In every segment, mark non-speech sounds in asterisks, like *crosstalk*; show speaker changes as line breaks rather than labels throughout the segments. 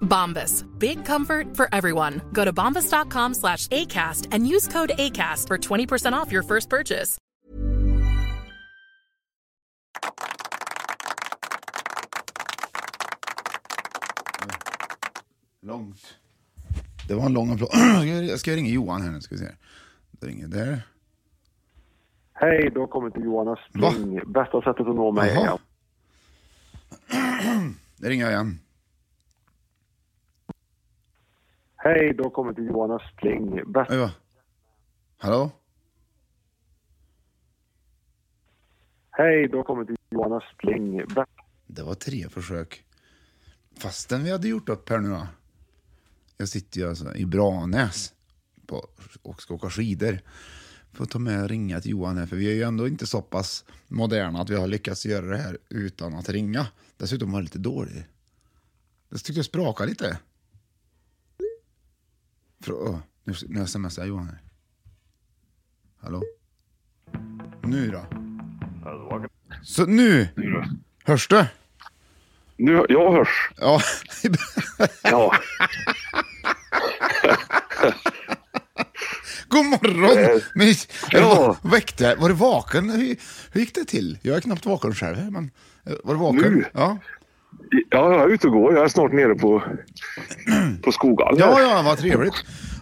Bombas. Big comfort for everyone. Go to bombas.com slash ACAST and use code ACAST for 20% off your first purchase.
Långt. Det var en lång applåd. *clears throat* Jag ska ringa Johan här nu, ska vi se. Det ringer där.
Hej, du har kommit till Johan Östling. Bästa sättet att nå mig är
Jaha.
att...
Det ringer jag igen.
Hej, du har kommit till Johan Östling. Bästa...
Oj, va. Hallå?
Hej, du har kommit till Johan Östling. Bästa...
Det var tre försök. Fastän vi hade gjort upp här nu då. Jag sitter ju alltså i Branäs på, och ska åka skidor. Får ta med och ringa till Johan här, för vi är ju ändå inte så pass moderna att vi har lyckats göra det här utan att ringa. Dessutom var det lite dålig. Jag tyckte jag sprakade lite. Frå, åh, nu, nu smsar jag Johan här. Hallå? Nu då? Så nu! Hörs du?
Nu, jag hörs.
Ja,
Ja.
*laughs* god morgon! Men,
Eh, Ja.
väckte, var du vaken? Hur, hur gick det till? Jag är knappt vaken själv. Men, eh, var du vaken?
Nu?
Ja.
ja, jag är ute och går. Jag är snart nere på, på Skoghall.
ja, ja, vad trevligt.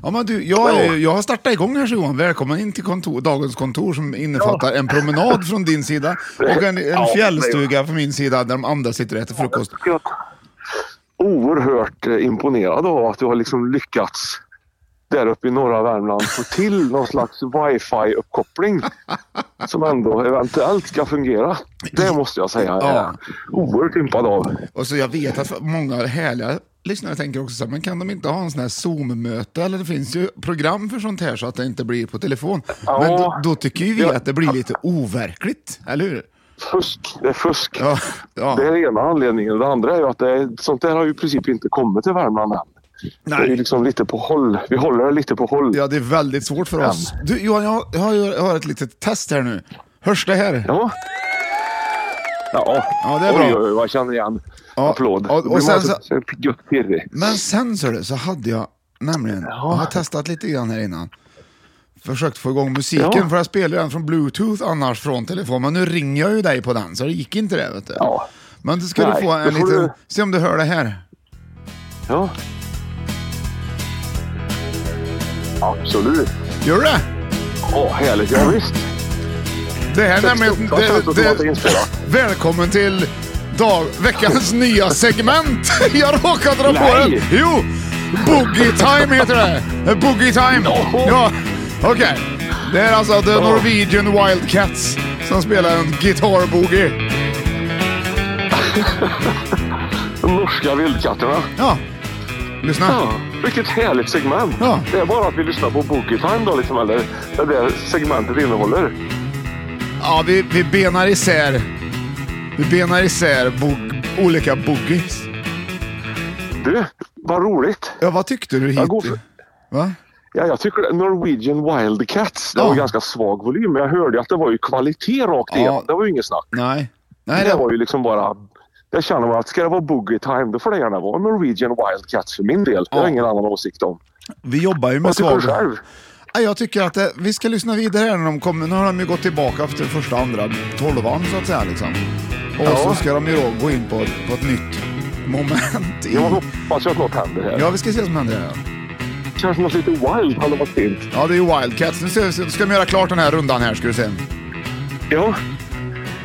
Ja, men du, jag, är- jag har startat igång här så Johan. Välkommen in till kontor, dagens kontor som innefattar en promenad från din sida och en, en
Ja,
fjällstuga från min sida där de andra sitter och äter frukost.
Jag är oerhört eh, imponerad av att du har liksom lyckats där uppe i norra Värmland få till någon slags
*laughs*
wifi-uppkoppling som ändå eventuellt ska fungera. Det måste jag säga. Jag
Ja.
är oerhört impad av.
Och så jag vet att många härliga lyssnare tänker också så här, men kan de inte ha en sån här Zoom-möte? Eller det finns ju program för sånt här så att det inte blir på telefon.
Ja.
Men då, då tycker ju vi
Ja.
att det blir lite overkligt, eller hur?
Fusk, det är fusk.
Ja, ja.
Det är den ena anledningen. Den andra är ju att det är, sånt där har ju i princip inte kommit till Värmland än. Det är ju
Nej.
liksom lite på håll. Vi håller det lite på håll.
ja, det är väldigt svårt för oss. Du, Johan, jag har, jag har, ju- jag har ett litet test här nu. Hörs det här?
Ja. Ja.
Ja, det är bra.
Oj, oj, oj, jag känner igen.
Ja,
Applåd.
och- och
Då blir man
sen
så-
så-
så pigg och pirrig.
Men sen så, du, så hade jag nämligen, jag har testat lite grann här innan. Försökt få igång musiken,
Ja.
för jag spelar ju den från bluetooth annars från telefon. Men nu ringer jag ju dig på den, så det gick inte det. Vet du.
Ja.
Men då ska du
Nej,
få en
då får
liten...
du-
Se om du hör det här.
Ja. Absolut.
Gör du det?
Åh, härligt. Ja, visst.
Det här är nämligen...
Stort. Det känns som att det är
Det, det,
inspelat.
välkommen till dag, veckans nya segment. *laughs* Jag råkade dra på
Nej.
den. Jo! Boogie time heter det. Boogie time.
No.
Ja, okej. Det är alltså The Norwegian Wildcats som spelar en gitarrboogie.
De norska vildkatterna.
Ja, lyssna.
Ja, vilket härligt segment.
Ja.
Det är bara att vi lyssnar på Boogie Time då, liksom, eller det där segmentet innehåller.
Ja, vi, vi benar isär... Vi benar isär bo- olika boogies.
Du, vad roligt.
Ja, vad tyckte du
Jag går
hit?
för-
Va?
Ja, jag tycker det- Norwegian Wildcats, det
Ja.
var ganska svag volym, men jag hörde ju att det var ju kvalitet rakt
Ja.
igenom. Det var ju inget snack.
Nej. Nej,
det var ju liksom bara Jag känner bara att ska det vara boogie time då får det gärna vara Norwegian Wildcats för min del. Det har jag
Ja.
ingen annan åsikt om.
Vi jobbar ju med
Vad tycker du
svavel.
själv?
Ja, Jag tycker att eh, vi ska lyssna vidare här när de kommer. Nu har de ju gått tillbaka efter första, andra tolvan så att säga. Liksom. Och
Ja.
så ska de ju då gå in på, på ett nytt moment. I...
Jag hoppas ju att något händer här.
Ja, vi ska se vad som händer. här.
Kanske något lite wild hade varit fint.
Ja, det är ju Wildcats. Nu ska, ska de göra klart den här rundan här ska du se.
Ja,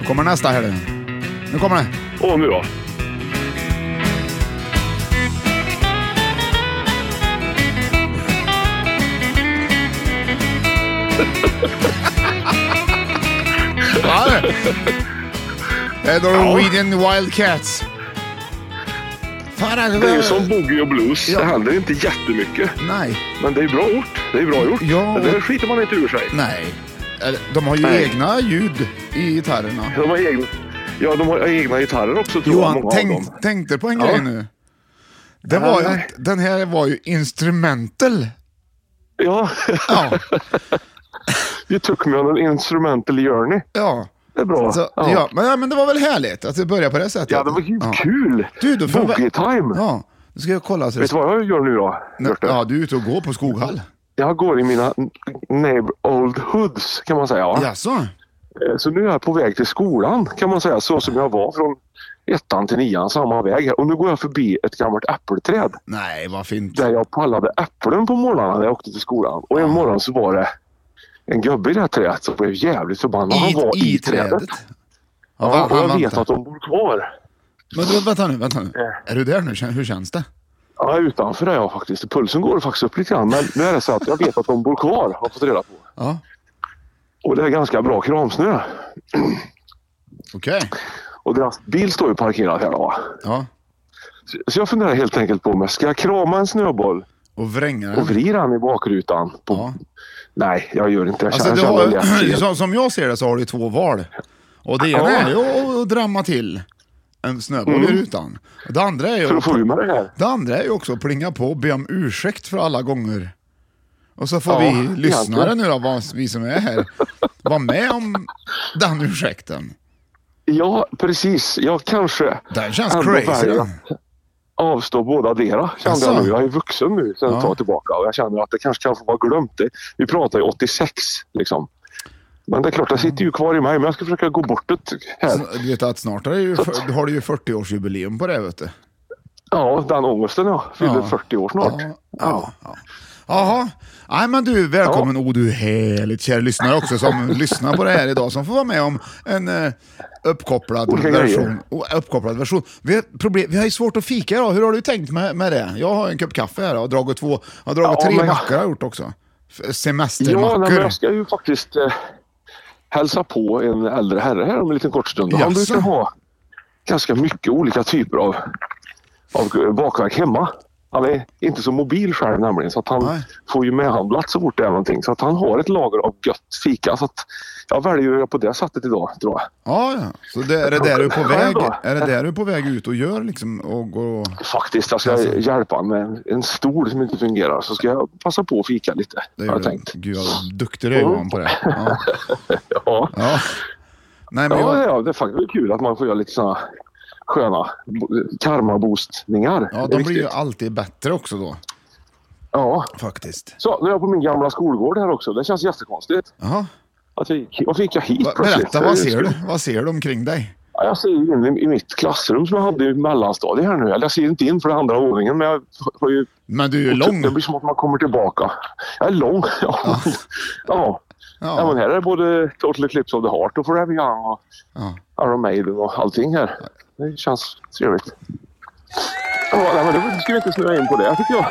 Nu kommer nästa här. nu. Nu kommer det.
och nu då?
Ja, det. Det är Norwegian Wildcats. Fan, det
Det är ju som boogie och blues.
Eh, Ja.
Det händer inte jättemycket.
Nej.
Men det är bra gjort. Det är bra gjort.
Ja,
Det där
och-
skiter man inte ur sig.
Nej. Eller, De har ju
Nej.
egna ljud i gitarrerna.
De har egna, ja, de har egna gitarrer också tror jag.
Johan,
många av dem.
tänk, tänkte på en
Ja.
grej nu. Det var ju,
Nej.
att den här var ju instrumental.
Ja,
Ja,
*laughs* you took me on an instrumental journey.
ja.
Det är bra.
Så, Alltså, ja. Men, ja, men det var väl härligt att det började på det sättet.
Ja, det var ju kul.
Du, då får
Boogie
vi...
time.
Ja, nu ska jag kolla. Så det...
Vet du vad jag gör nu då?
Nej,
Björte?
Ja, du är ute och går på Skoghall.
Jag går i mina neighborhood hoods kan man säga. va?
Jaså?
Eh, Så nu är jag på väg till skolan kan man säga, så som jag var från ettan till nian, samma väg. här. Och nu går jag förbi ett gammalt äppelträd
Nej, vad fint.
där jag pallade äpplen på morgonen när jag åkte till skolan. Och en morgon så var det en gubbe i det här trädet som blev jävligt förbannad. Han var i, trädet.
Ja,
Ja,
va-
och
han
jag
var
vet
inte.
att Eh. de bor kvar.
Men du, vänta nu, vänta nu. Är du där nu? Kän- Hur känns det?
Ja, utanför är jag faktiskt. Pulsen går faktiskt upp lite grann. Men nu är det så att jag vet att de bor kvar, har jag fått reda på.
Ja,
Och det är ganska bra kramsnö.
okej.
Och deras bil står ju parkerad här. då, Va?
Ja,
Så- Så jag funderar helt enkelt på mig, ska jag krama en snöboll
och vränga
och
den.
vrida den i bakrutan? På...
Mm. Ja.
Nej, jag gör inte det. Jag
Alltså,
känner-
du
jag
*clears throat*
känner
har,
lätt fel.
som, som jag ser det så har du två val. Och det ena
Ja. Mm.
är ju att- att drämma till en snöboll i rutan. Det andra är ju
För att få ur mig det här.
det andra är ju också att plinga på och be om ursäkt för alla gånger. Och så får
Ja,
vi lyssnare
egentligen.
nu då, vad- vi som är här, vara med om den ursäkten.
Ja, precis. Jag kanske
Den känns
ändå
crazy.
väljer
den.
att avstå båda dera, kände
Asså?
jag nu. Jag är vuxen nu sen
Ja.
ett tag tillbaka och jag känner att det kanske kan få vara glömt. Det. Vi pratar ju 86 liksom. Men det är klart, det sitter ju kvar i mig. Men jag ska försöka gå bort det här.
Så, Du vet att snart är det ju, för- har du ju 40-årsjubileum på det. Vet du.
Ja, den ångesten ja. Fyller
Ja.
40 år snart.
Ja, ja, ja. Jaha. Nej, men du, välkommen o du härligt kära lyssnare också
*laughs*
som lyssnar på det här idag som får vara med om en eh, uppkopplad,
Olika
version,
grejer.
o- uppkopplad version. Vi har, problem, vi har ju svårt att fika idag. Hur har du tänkt med, med det? Jag har en kopp kaffe här och dragit två, jag har dragit
Ja,
tre
men-
mackor har jag gjort också. F-
Ja, nej, men
Semestermackor.
jag ska ju faktiskt eh, hälsa på en äldre herre här om en liten kort stund. Han
Jaså?
brukar ha ganska mycket olika typer av, av bakverk hemma. Han är inte så mobil själv nämligen så att han
Nej.
får ju medhandlat så fort det är någonting. Så att han har ett lager av gött fika. Så att jag väljer att göra på det sättet idag tror jag.
ja, ja. Så det, är, det där du är, på
Själv
väg,
då?
är det där du är på väg ut och gör liksom? Och går och,
Faktiskt, jag ska
Jaså?
hjälpa honom med en, en stol som inte fungerar. Så ska jag passa på att fika lite.
det
har
gör
jag
du.
tänkt.
Gud vad duktig du är Johan på det. Ja.
*laughs* Ja.
Ja. Nej, men
Ja,
jag,
ja, det är faktiskt kul att man får göra lite sådana sköna bo- karmaboostningar.
ja, de blir ju
Riktigt.
alltid bättre också då.
Ja.
Faktiskt.
Så, nu är jag på min gamla skolgård här också. Det känns jättekonstigt.
Jaha.
Att jag gick, varför gick jag hit
Va-
plötsligt?
Berätta, vad ser du? Vad ser du omkring dig?
Ja, jag ser ju in i, i mitt klassrum som jag hade i mellanstadiet här nu. Eller jag ser inte in för det andra våningen, men jag har ju...
Men du är ju lång.
Det blir som att man kommer tillbaka. Jag är lång. *laughs* Ja. ja. ja.
Ja,
men här är både Total Eclipse of the Heart och Forever Young och
ja.
Iron Maiden och allting här. Det känns trevligt. Ja, nej, men då ska vi inte snöa in på det tycker jag.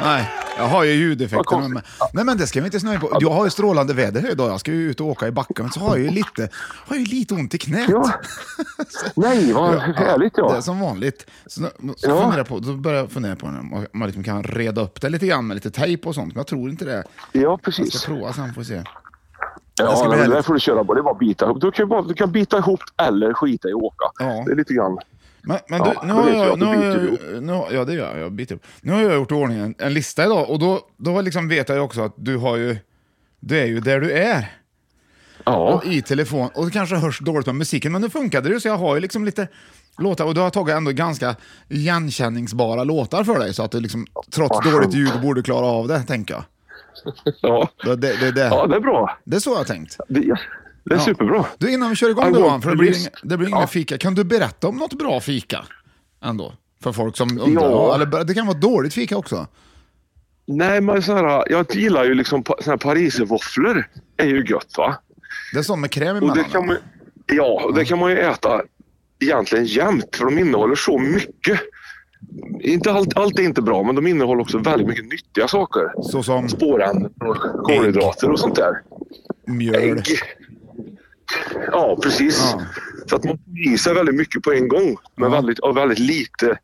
Nej, jag har ju ljudeffekter.
Vad
Men, nej, men det ska vi inte snöa in på. Jag har ju strålande väder här idag. Jag ska ju ut och åka i backen, men så har jag ju lite, har ju lite ont i knät.
Ja.
*laughs*
Nej, vad härligt ja.
Det är som vanligt. Så, nu- så,
Ja.
funderar jag på, då börjar jag fundera på om man liksom kan reda upp det lite grann med lite tejp och sånt. Men jag tror inte det.
Ja,
Jag
precis.
ska prova sen får vi se. det
Ja,
ska bli
nej, men det där
härligt.
får du köra på. Det är bara att bita ihop. Du kan, ju bara, du kan bita ihop eller skita i att åka.
Ja.
Det är lite grann.
Men, men
Ja,
du, nu
då
har
vet jag
jag,
att
nu
då
har
biter
jag,
du
nu, har- ja det gör jag, jag biter upp. Nu har jag gjort i ordning en, en lista idag och då, då liksom vet jag ju också att du har ju, du är ju där du är.
Ja.
och i telefon. Och det kanske hörs dåligt med musiken, men nu funkade det ju så jag har ju liksom lite låtar och du har tagit ändå ganska igenkänningsbara låtar för dig så att du liksom trots
Vad
dåligt
skönt.
ljud borde klara av det, tänker jag.
Ja.
Det, det, det, det.
ja, det är bra.
det är så jag har tänkt.
Det, det är
Ja.
superbra.
Du, innan vi kör igång då,
I want
Johan, för det
to
blir,
list.
inga, det blir ingen
Ja.
fika. Kan du berätta om något bra fika? Ändå. För folk som undrar.
Ja.
Eller, det kan vara dåligt fika också.
Nej, men så här, jag gillar ju liksom pa- såna här pariservåfflor. är ju gött va.
Det är sånt med kräm
Och
emellan.
det kan man, ja,
Mm.
och det kan man ju äta egentligen jämt för de innehåller så mycket. Inte allt, allt är inte bra men de innehåller också väldigt mycket nyttiga saker.
Så som
Spårämnen och kolhydrater och sånt där.
mjöl.
Ägg. Ja, precis.
Ja.
Så att man får i sig väldigt mycket på en gång med
Ja.
väldigt, och väldigt lite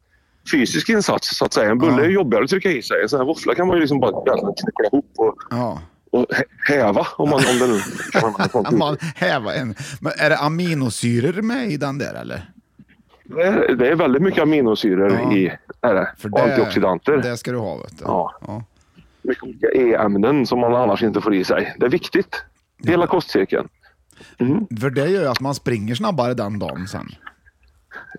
fysisk insats så att säga. En bulle
Ja.
är ju jobbigare att trycka i sig. En sån här våffla kan man ju liksom bara egentligen knyckla ihop och,
Ja.
och hä- häva om, man, om det nu kan man ha
Att
sånt.
man häva en. Men är det aminosyror med i den där eller?
Det är, Eh, det är väldigt mycket aminosyror
Ja.
i är det, och antioxidanter.
Det ska du ha vet du.
Ja.
Ja.
Mycket olika E-ämnen som man annars inte får i sig. Det är viktigt. Hela kostcirkeln.
För det gör ju att man springer snabbare den dagen sen.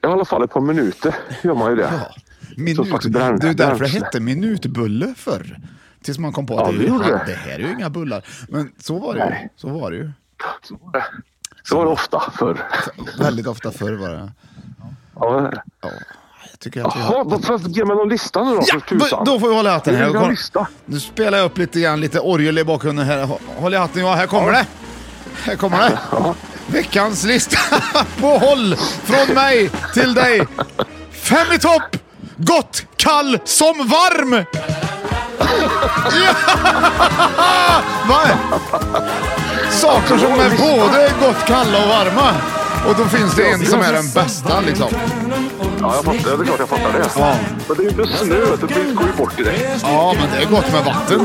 I alla fall ett par minuter gör man ju det.
Ja.
Som
Minut,
slags
det
bränsle.
är ju därför det hette minutbulle förr. Tills man kom på att
Ja,
det,
det gjorde
det,
det.
här är ju inga bullar. Men så var det ju.
Nej.
Så var det ju.
Så var det. Så var det ofta förr.
Väldigt ofta förr var det.
Ja.
Ja, jag tycker att vi har...
Jaha, vad fan, ge mig någon lista nu då för
Ja,
tusan.
då får vi hålla i hatten
Det är
här.
en bra
Kolla.
lista.
Nu spelar jag upp lite grann, lite orgel i bakgrunden här. Hå- Håll i hatten, ja, här kommer det. Här kommer det. Veckans lista *laughs* på håll från mig till dig. Fem i topp! Gott, kall, som varm! Ja! *laughs* Va? Saker som är både gott, kalla och varma. Och då finns det en som är den bästa liksom.
Ja, jag fattar, det är klart jag fattar det.
Ja.
Men det är ju inte snö, vet du, det går ju bort direkt.
Ja, men det är gott med vatten.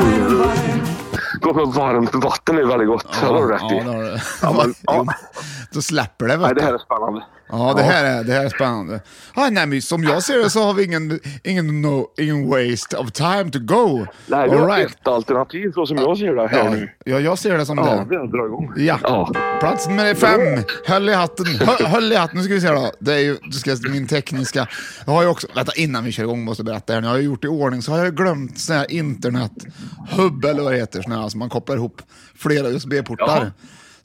Gå med varmt vatten är väldigt gott, det har du rätt
ja, det
i.
har du.
Ja, men,
*laughs* Jo,
ja.
Då släpper det.
Nej,
Vet
det
du.
här är spännande.
Ja, det här är, det här är spännande. Ah, nej, men som jag ser det så har vi ingen, ingen, no, ingen waste of time to go.
Nej, vi har ett alternativ så som jag ser det här
Ja,
nu.
ja, jag ser det som
Ja,
det.
vi drar igång.
Ja. plats nummer fem. Höll i hatten. Hö, höll i hatten. Nu ska vi se då. Det är ju du ska, min tekniska. Jag har ju också, vänta, innan vi kör igång måste jag berätta här. nu. Jag har ju gjort i ordning så har jag glömt sån här internethub eller vad det heter. Sån här, alltså man kopplar ihop flera USB-portar.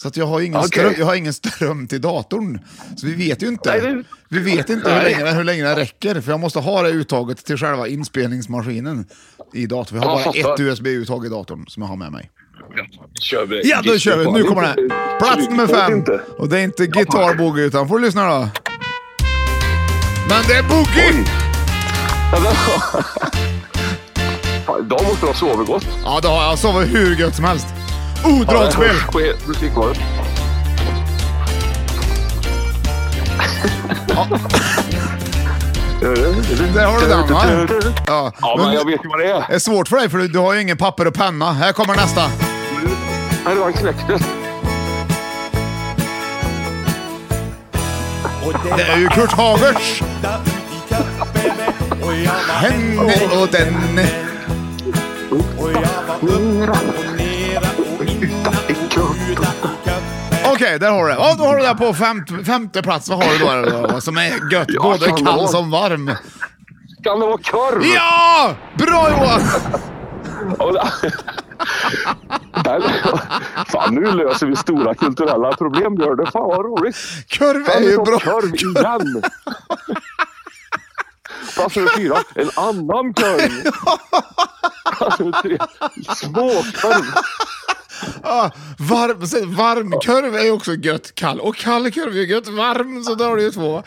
Så att jag, har ju ingen
Okej.
ström, jag har ingen ström till datorn. Så vi vet ju
Nej,
inte,
det-
vi vet inte hur,
Nej.
länge, hur länge det räcker. För jag måste ha det uttaget till själva inspelningsmaskinen i datorn. Vi har
Ja,
bara
fattar.
ett USB-uttag i datorn som jag har med mig.
Kör vi.
Ja, då kör vi. Nu kommer den. Plats nummer fem.
Inte.
Och det är inte Guitar Boogie, utan får du lyssna då. Men det är Boogie!
Fan, De måste ha sovit gott.
Ja, det har jag sovit hur gött som helst. Oh,
*laughs*
dragspel!
Musikvalet. *laughs*
Där har du den va? Ja,
Ja, men jag vet ju vad det är.
Det är svårt för dig, för du, du har ju ingen papper och penna. Här kommer nästa.
Här har han knäcktes.
Det är ju Kurt Hagertz. Henne och denne. Okej, där har du det. Ja, då har du det på femte, femte plats. Vad har du då? då som är gött,
Ja,
både
kan
kall
vara.
som varm.
Kan det vara korv?
Ja! Bra Johan!
Och det- Där- Fan, nu löser vi stora kulturella problem, gör det. Fan vad roligt.
Kurv är
Fan,
ju
vi tar
bra.
Korv igen. Plats nummer fyra, en annan korv. Plats nummer tre, småkorv.
Ja, Ah, varm, så- varm kurv är ju också gött kall. Och kall kurv är ju gött varm, så där har du ju två.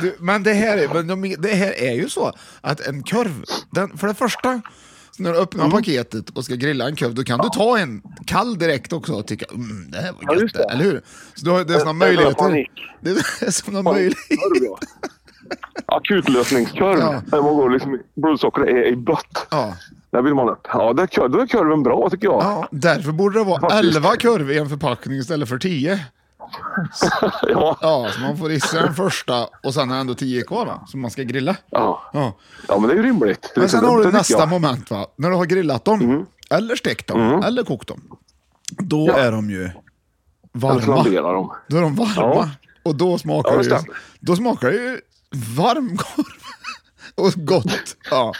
Du, men det här, är, men de, det här är ju så att en kurv, den, för det första, så när du öppnar
Mm.
paketet och ska grilla en kurv, då kan du ta en kall direkt också och tycka mm, det här var gött,
just det.
eller hur? Så du har, det är sådana
Det- det är bara
möjligheter.
panik.
Det är sådana möjligheter.
Korv, ja. Akutlösningskorv.
Ja.
Där man går liksom, blodsockret är i bött.
Ja.
Där vill man upp. Ja, där, kör- då är korven bra tycker jag.
Ja, därför borde det vara
Faktiskt.
11 kurv i en förpackning istället för 10.
Ja.
Ja, så man får i sig den första och sen är det ändå 10 kvar va, som man ska grilla.
Ja.
Ja.
ja, men det är ju rimligt. Det är
Men sen
inte
har du
dumt, det
nästa
tycker jag.
moment va, när du har grillat dem, eller stekt dem, eller kokt dem. Då
Mm. Ja.
är de ju
Sen
varma.
flamberar de.
Då är de varma. Och då
Ja,
smakar
det
det ju,
stämmer.
då smakar det ju varm korv. *laughs* Och gott. Ja.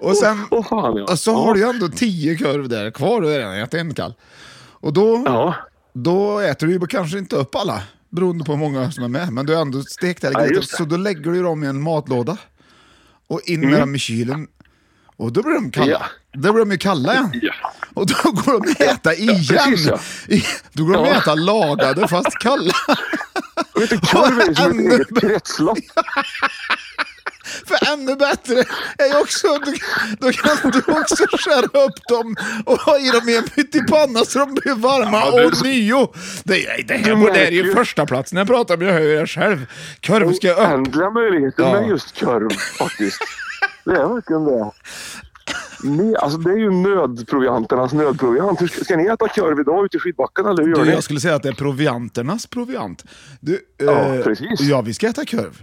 Och sen
Åh fan Oh, ja.
och så har du ju ändå tio korv där kvar. Du har redan ätit en kall. Och då,
Ja.
då äter du ju kanske inte upp alla. Beroende på hur många som är med. Men du har ändå stekt här.
Ja,
Ja,
just det. Mm.
så då lägger du dem i en matlåda. Och in med dem i kylen. Och då blir de kalla.
Ja.
Då blir de ju kalla igen.
Ja.
Och då går de att äta igen.
precis, ja.
I- Då går de
Ja.
att äta lagade fast kalla. *laughs*
Vet du, korv är ju som ett
Ännu
eget kretslopp.
För ännu bättre är ju också, då, då kan du också skära upp dem och ha i dem i en pyttipanna så de blir varma
Ja, du-
ånyo. Det, är- det, här,
Du
det här är ju
märker-
första platsen jag pratar om, jag hör ju det själv. Korv ska upp.
Oändliga möjligheter
Ja.
med just korv faktiskt. Det är verkligen det. Ni, alltså det är ju nödprovianternas nödproviant. Hur ska, ska ni äta korv idag ute i skidbacken eller hur gör
Du,
ni?
jag skulle säga att det är provianternas proviant. Du,
Ja,
eh,
precis.
Ja, vi ska äta korv.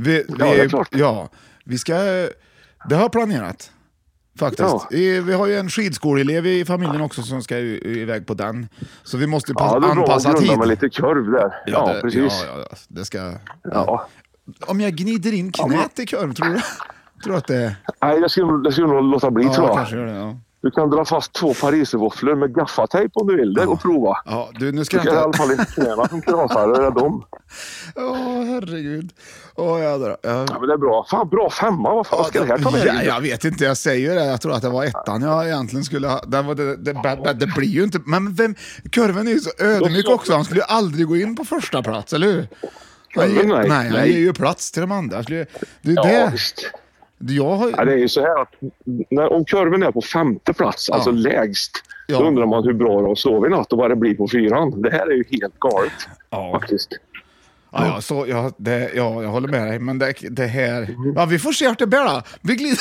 Vi, vi,
det är klart.
Ja, vi ska... Det har jag planerat. Faktiskt.
Ja.
Eh, Vi har ju en skidskoleelev i familjen också som ska ju- iväg på den. Så vi måste pa-
Ja, det är bra att
anpassa
grunda
tid.
med lite korv där. Ja,
det,
precis.
Ja, ja, det ska... Ja.
Ja.
Om jag gnider in knät i korv, tror du? *laughs* Tror du att det...
Nej, det skulle, det skulle nog låta bli tror
Ja,
jag.
kanske gör det. Ja.
Du kan dra fast två pariservåfflor med gaffatejp om du vill det och prova.
ja, du, nu
Du kan i
skrattar
alla fall inte knäna som knasar, eller dem.
Åh, herregud. Åh, jädrar. Ja.
Ja, men det är bra. Fan, bra femma. Vad fan vad ska det här ta
ja,
vägen?
jag vet inte, jag säger det. Jag tror att det var ettan jag egentligen skulle ha. Det, var, det, det, det, det blir ju inte... Men vem, kurven är ju så ödmjuk också. Han skulle ju aldrig gå in på första plats, eller hur? Han ger,
Kurven, nej.
nej, han
Nej.
ger ju plats till de andra. Han Skulle, det är
Ja,
det.
visst.
Jag har,
Ja, det är ju så här att när, om kurven är på femte plats, alltså lägst,
Ja.
då undrar man hur bra det har sovit i natt och vad det blir på fyran. Det här är ju helt galet faktiskt.
Ja, ja, så, ja, det, ja, jag håller med dig, men det, det här... Ja, vi får se vart det bär då. Vi glider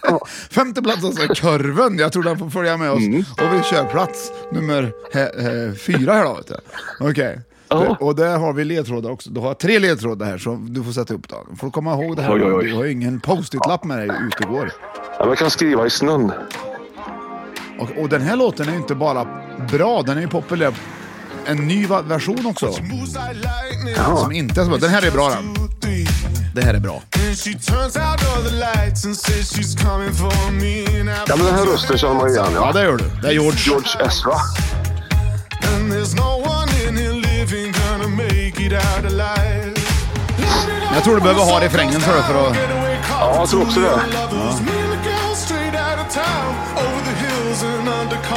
*laughs* vidare. Femte plats alltså, kurven. Jag tror den får följa med oss.
Mm.
Och vi kör plats nummer he, he, fyra här då. vet du. Okej.
Ja.
Och där har vi ledtrådar också. Du har tre ledtrådar här som du får sätta upp. Då. Du får komma ihåg det här.
Oj, oj, oj.
Du har ju ingen post-it-lapp med dig ute och går.
Ja, man kan skriva i snön.
Och, och den här låten är ju inte bara bra, den är ju populär. En ny va- version också. Som inte är så bra. Den här är bra den. Det här är bra.
Ja, men den här rösten känner man igen.
Ja,
Ja.
det gör du. Det är George.
George Ezra.
Jag tror du behöver ha refrängen för, för att...
Ja, jag tror också det.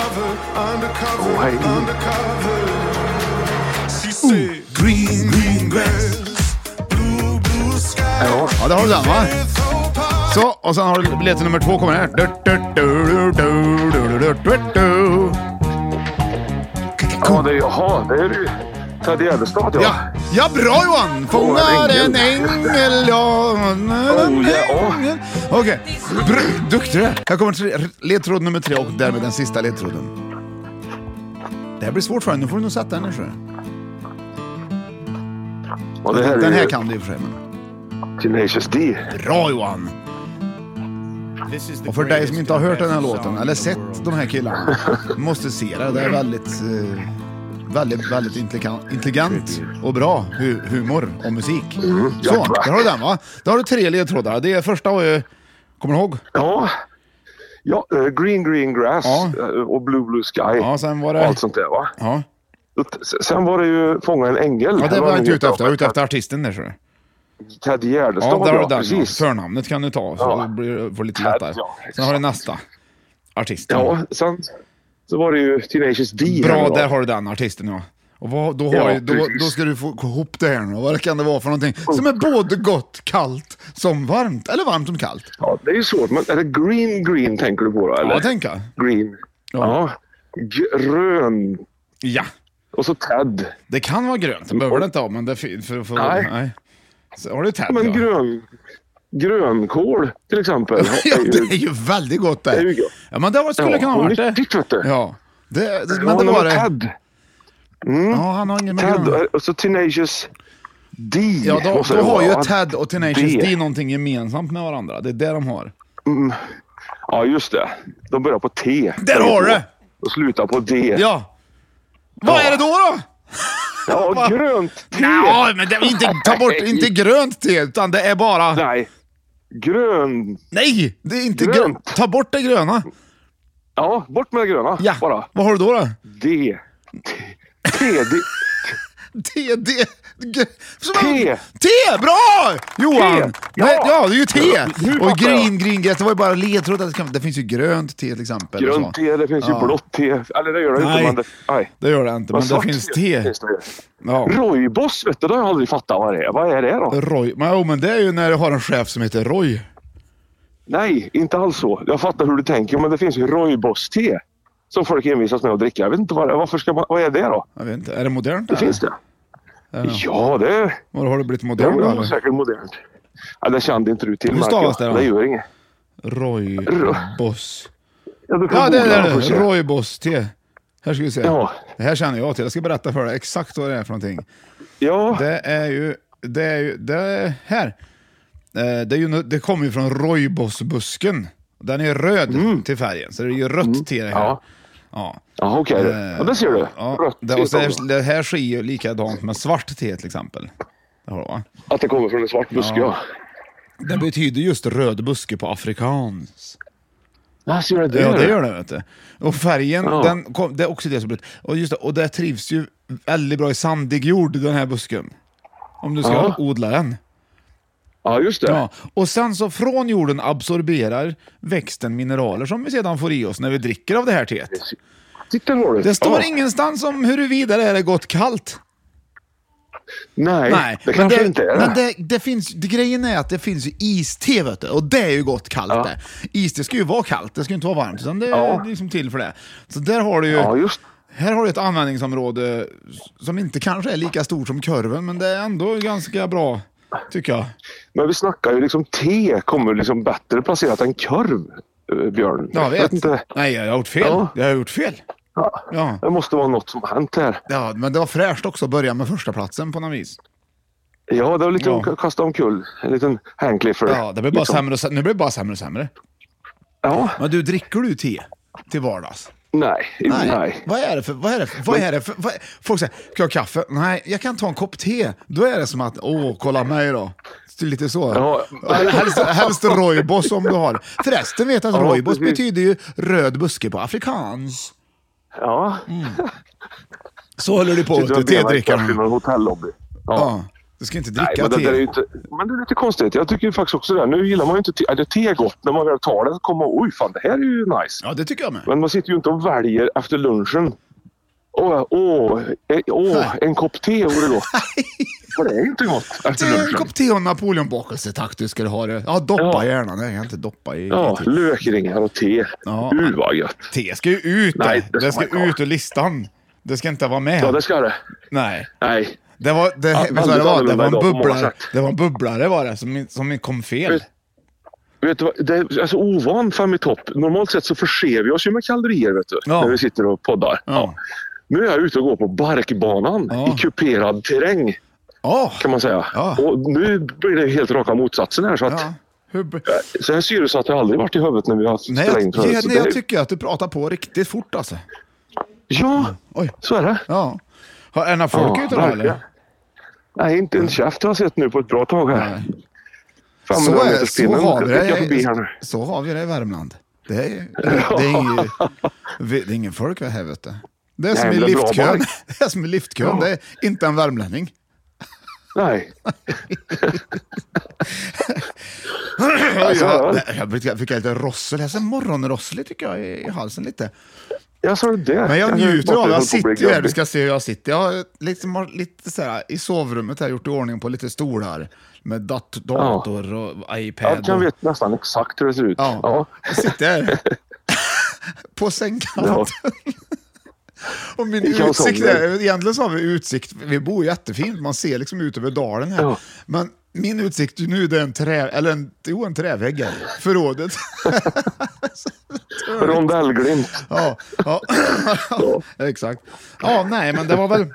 Oh, hej. Ja.
Ja, där har du den va? Så, och sen har du ledtråd nummer två kommer här. Du, du, du, du, du, du, du, du, du.
ja, det är Jaha, det är ju Ted Gärdestad ja.
Ja, ja bra Johan! Fångar
en
en
ängel.
ängel, ja...
Oh, ja.
Okej, Br- duktig du är. Här kommer tre, ledtråd nummer tre och därmed den sista ledtråden. Det här blir svårt för dig, nu får du nog sätta den här. tror jag.
ja det här är
Den här
ju
kan du i och för sig. men-
Tenacious D.
Bra Johan! Och för dig som inte har hört den här låten eller sett de här killarna, måste se det. Det är väldigt, eh, väldigt, väldigt intelligent, intelligent och bra hu- humor och musik. Så,
jäklar.
där har du den va? Där har du tre ledtrådar. Det första var ju, kommer du ihåg?
Ja. Ja, eh, Green Green Grass
Ja.
eh, och Blue Blue Sky.
Ja, sen var
Och
det...
allt sånt där va.
Ja,
S- Sen var det ju Fånga en ängel.
ja det
Här
var jag inte
den
ute efter. Jag
ju.
var ute efter artisten där. ser du.
Ted Gärdestad.
Ja, där har du den. ja.
precis.
Förnamnet kan du ta, så
Ja.
det blir får det lite lättare.
Ja,
Sen har du nästa. Artisten.
Ja, sen så var det ju Tenacious D.
Bra,
här då.
där har du den artisten ja. Och vad, då, har
Ja,
ju, då,
precis.
då
Oh.
ska du få gå ihop det här nu. Vad kan det vara för någonting som är både gott, kallt som varmt? Eller varmt som kallt?
Ja, det är ju svårt. Men är det Green Green tänker du på då? Eller?
Ja, tänka.
Green. Ja. Grön.
Ja,
Och så Ted.
det kan vara grönt. Det behöver det inte vara, men det är fint. För, för,
Mm. Nej.
Så har du tänt
Men
ja.
grön. Grönkål till exempel.
*laughs* ja, det är ju väldigt gott det.
är ju gott.
Ja, men det var- skulle
Ja,
kunna ha
och
varit det.
nyttigt, vet du.
Ja. Det, det,
Ja,
men det var det.
Ted.
Ja, han har ingen med grönt.
Ted och så Tenacious D.
Ja, då,
måste
då
det
har ju
vara.
Ted och Tenacious
Det.
D någonting gemensamt med varandra. Det är det de har.
Ja, just det. De börjar på T.
Där har du!
Och slutar på D.
Ja! Vad är det då då?
Ja, grönt te.
Nej, men det är inte, *laughs* ta bort, inte grönt te, utan det är bara...
Nej. Grön.
Nej, det är inte
Grönt.
grönt. Ta bort det gröna.
Ja, bort med det gröna
Ja,
bara.
vad har du då? då?
D. T. D.
Te, D, G, som
Te.
en- Te, bra! Johan!
Te, ja.
Nej, ja, det är ju te.
Nu fattar
Och
jag.
green, green grass, det var ju bara ledtråd. att Det, kan- det finns ju grönt te till exempel. och så.
Grönt te, det finns ju blått te. Eller det gör det
Nej.
inte. Men det, nej.
Det gör det inte,
Vad
men det
svart
finns te.
finns det ju.
Ja.
Roybos, vet du, det har jag aldrig fattat vad det är. Vad är det då?
Roy. Men, jo, men det är ju när du har en chef som heter Roy.
Nej, inte alls så. Jag fattar hur du tänker, men det finns ju Roybos-te som folk envisas med att dricka. Jag vet inte vad det är. Varför ska man, vad är det då?
Jag vet inte, är det modernt?
Det finns det. Ja, det,
Har det blivit
det
modernt?
är
eller?
säkert modernt. Ja, det kände inte du till.
Hur
märker jag.
stavas det då?
Det gör inget.
Roy Boss.
Ja, du kan
Ja, det
googla
är
och se.
det. Roy Boss te. Här ska vi se.
Ja.
Det här känner jag till. Jag ska berätta för dig exakt vad det är för någonting.
Ja,
Det är ju, det är ju, det här. Eh, Det, är ju, nå- det kommer ju från rojbosbusken. Den är röd till färgen, så det är ju rött te det här.
Mm. Ja.
Ja.
ja okej. Ja, det ser du.
Eh, Ja,
Rött
det, och så
te.
är, det här sker ju likadant med svart te till exempel. Det har du, va?
Att det kommer från en svart buske, ja.
Det betyder just röd buske på afrikans.
Ja, ser du. Det,
ja, det gör det. Vet du. Och färgen,
Ja.
den kom, det är också det som blivit. Och just det, och det trivs ju väldigt bra i sandig jord, den här busken. Om du ska
Ja.
odla den.
Ja, just det.
Ja, och sen så från jorden absorberar växten mineraler som vi sedan får i oss när vi dricker av det här teet.
Titta vad roligt.
Det står
ja.
ingenstans om huruvida det är gott kallt.
Nej,
Nej,
det
men,
kanske
det,
inte är
men
det.
det, det finns, det, grejen är att det finns ju iste vet du, och det är ju gott kallt
Ja.
det. Iste ska ju vara kallt, det ska ju inte vara varmt, utan det
Ja.
är liksom till för det. Så där har du ju,
Ja, just
här har du ett användningsområde som inte kanske är lika stort som korven, men det är ändå ganska bra, tycker jag.
Men vi snackar ju liksom te kommer liksom bättre placerat än korv, eh, Björn.
Jag vet.
inte.
Nej, jag har gjort fel.
Ja.
Jag har gjort fel.
Ja.
Ja.
Det måste vara något som har hänt här.
Ja, men det var fräscht också att börja med första platsen på något vis.
Ja, det var lite
Ja.
att kasta omkull. En liten handcliffer.
Ja, det blir bara
Liksom.
sämre och sämre. Nu blir det bara sämre och sämre.
Ja,
Men du, dricker du te till vardags?
nej. Nej. nej.
Vad är det för... Vad är det för, vad är det för vad, folk säger, ska jag ha kaffe? Nej, jag kan ta en kopp te. Då är det som att, åh, kolla mig då. Så Lite så.
Ja.
Helst, helst rojbos om du har. Förresten vet jag att
Ja,
rojbos
precis.
betyder ju röd buske på afrikans.
Ja.
Mm. Så håller du på,
Sitter
vet du,
och vevar i
tedrickaren.
kors i någon hotellobby.
Ja. Du ska inte dricka
Nej, men, det,
te.
där är ju inte, men det är lite konstigt. Jag tycker ju faktiskt också det. Nu gillar man ju inte te. Eller te är gott när man väl tar det. Så kommer man, oj fan det här är ju nice.
Ja, det tycker jag med.
Men man sitter ju inte och väljer efter lunchen. Åh, åh, eh, åh en kopp te
*laughs*
vore gott. För det är ju inte gott efter
Det är en
lunchen.
kopp te och napoleonbakelse tack du ska du ha det. Ja, doppa
Ja.
gärna. Nej, jag kan inte doppa i
Ja,
i te.
lökringar och te.
Ja.
Uh, vad gött.
Te ska ju ut.
Nej,
det,
det
det
ska
ska
man inte
ut ur listan. Det ska inte vara med.
Ja, det ska det.
Nej.
Nej.
Det var, det, vet du vad det
väldigt
var? Det
annorlunda
var en
idag på många
bubblare,
sätt.
det var en bubblare var det, som, som kom fel.
Vet- Vet du vad? Det är alltså ovan fem i topp. Normalt sett så förser vi oss ju med kalorier vet du.
Ja.
När vi sitter och poddar.
Ja.
Nu är jag ute och går på barkbanan
Ja.
i kuperad terräng
Ja.
kan man säga.
Ja.
Och nu blir det helt raka motsatsen här. Så, att,
ja. Hur,
så här syresatt har jag aldrig varit i huvudet när vi har
nej,
spelat in
jag,
förut.
jag,
Så
nej,
det-
jag tycker att du pratar på riktigt fort alltså.
Ja,
Oj.
så är det.
Ja. Har är några folk
Ja,
ute då
verkligen.
eller?
Nej, inte en käft har jag sett nu på ett bra tag här.
Så,
500
är,
meter
så,
spinnen
har vi
gick jag förbi här nu.
det, så har vi det i Värmland. Det
*laughs*
är, det är, ju, det är ingen folk här vet du. Det är som
Nej,
i
men det är bra
liftkön.
mark.
*laughs* Det är som i liftkön.
Ja.
Det är inte en värmlänning.
Nej,
Jag,
Alltså, ja.
jag, jag fick- jag fick lite rossel. Jag är så morgonrosslig tycker jag i, i halsen lite.
jag sa det där.
Men jag
höll
njuter
på att
av Jag
höll på att bli
sitter ju här. Du
grabbig.
ska se hur jag sitter. Jag har liksom har lite så här, i sovrummet här gjort i ordning på lite stolar. Med dat- dator och iPad.
Jag kan
och-
veta nästan exakt hur det ser ut.
Ja.
Ja.
Jag sitter
*laughs*
här. *laughs* på sängkanten. *laughs* Och min
I kalsonger.
utsikt är, egentligen så har vi utsikt, vi bor jättefint, man ser liksom ut över dalen här.
Ja.
Men min utsikt nu det är en trä, eller en, jo, en trävägg här, förrådet.
*laughs* Rondellglimt.
ja,
*laughs*
ja. *laughs* exakt. Ja, nej, men det var väl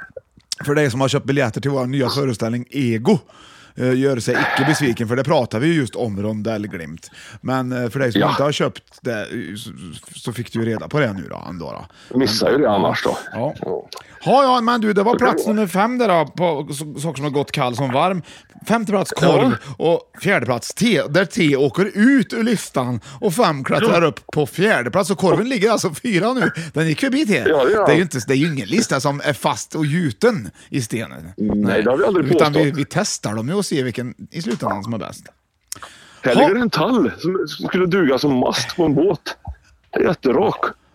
för dig som har köpt biljetter till vår nya föreställning Ego. eh, gör sig icke besviken, för det pratar vi ju just om Rondellglimt. Men eh, för dig som
Ja.
inte har köpt det eh, så, så fick du ju reda på det nu då. Ändå då.
Missar ju det annars då.
Ja. Ja, ja, men du, det var
Så kan
plats
det vara.
nummer fem där då, på s- saker som har gått kall som varm. Femte plats korv och fjärde plats te, där te åker ut ur listan och fem klättrar upp på fjärde plats. Så korven ligger alltså fyra nu. Den gick förbi te.
Ja, det gör den.
det, är ju inte, det är ju ingen lista som är fast och gjuten i stenen.
det har vi aldrig
Utan vi,
påstått.
vi testar dem ju och ser vilken i slutändan som är bäst.
Här
Ja.
ligger en tall som som skulle duga som mast på en båt. Det är jätterak.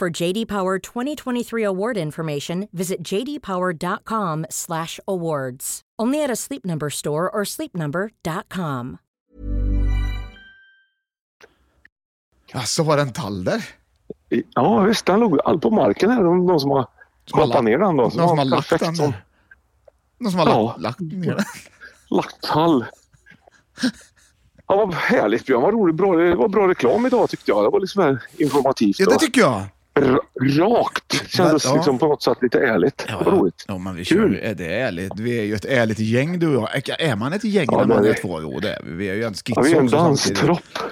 For JD Power 2023 award information, visit jdpower.com/awards. Only at a Sleep Number store or sleepnumber.com.
Jaså, var det en tall där?
ja, visst. Den låg all på marken. Här. De, de som har
Som har lagt-
hoppat ner den. Då.
Någon som har lagt
perfekt
den
som
där. Någon som har
Ja.
lagt, lagt ner den.
Lagt tall. Ja, vad härligt Björn. Vad roligt. Bra, det var bra reklam idag tyckte jag. Det var liksom här informativt.
Ja, det
och
tycker jag.
ra- rakt. Kändes
Ja.
liksom på något sätt lite ärligt.
Ja,
Vad roligt.
Ja, men vi kör,
Kul.
ju- det är ärligt. Vi är ju ett ärligt gäng du och jag. Är man ett gäng
Ja,
när
det
man
är
är
vi.
två? Jo, det är vi. Vi är ju en skitsa
Ja, vi är en
också samtidigt.
danstrupp.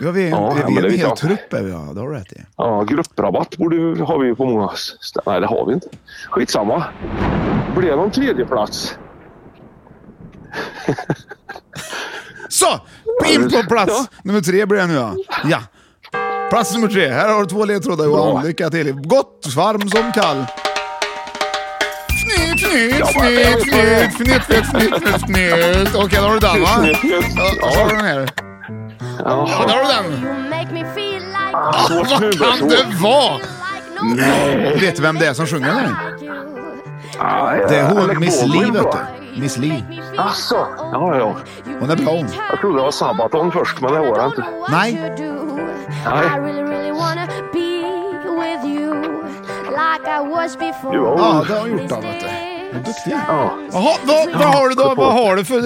Ja, vi är,
Ja,
ja,
ja,
vi
men
är
det
en
vet
hel
jag.
trupp är vi, ja. Det har du rätt i.
Ja, grupprabatt borde, vi- har vi ju på många ställen. Nej, det har vi inte. Skitsamma. Blev någon tredje plats.
Så! In på plats
Mm. Ja.
nummer tre blir det nu ja. ja. Plats nummer tre. Här har du två ledtrådar
Bra.
Johan. Lycka till. Gott, varm som kall. Fnyt, fnyt,
Ja, vad är det
fnyt,
för det?
fnyt, fnyt, fnyt, fnyt, fnyt, fnyt. Okej, då har du den va?
Fnyt, fnyt, fnyt.
Ja, så har du den här. Ja, där har du den.
Svårt
Kan
snubbe.
det vara?
Nej!
Vet du vem det är som sjunger den? Det
Det
är hon, Miss Li vet du. Miss Li.
Asså? Ja, ja.
Hon är bra hon.
Jag trodde det var Sabaton först, men det var det inte.
Nej.
Jo.
Ja, det har hon gjort då vet du. Hon är duktig.
Ja.
Jaha, vad, vad har du då? Vad har du för,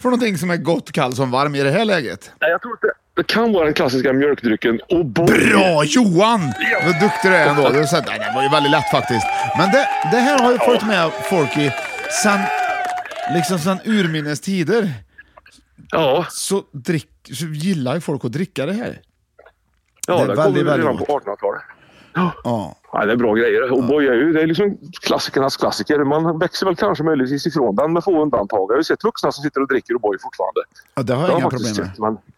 för någonting som är gott, kall som varm i det här läget?
Nej, jag tror inte. Det kan vara den klassiska mjölkdrycken O'boy.
Bra Johan! Vad duktig du är ändå. Du har sett, nej, det var ju väldigt lätt faktiskt. Men det, det här har ju följt med folk i sen, liksom sen urminnes tider.
Ja,
Så, drick, så gillar ju folk att dricka det här.
ja
Det är
det, kom
väldigt,
väl redan
väldigt
på 1800-talet.
Ja.
Ja, det är bra grejer. O'boy är ju det är liksom klassikernas klassiker. Man växer väl kanske möjligtvis ifrån den med få undantag. Jag har ju sett vuxna som sitter och dricker O'boy fortfarande.
ja, det har
Det
jag
har jag
inga
faktiskt
problem med.
sett, men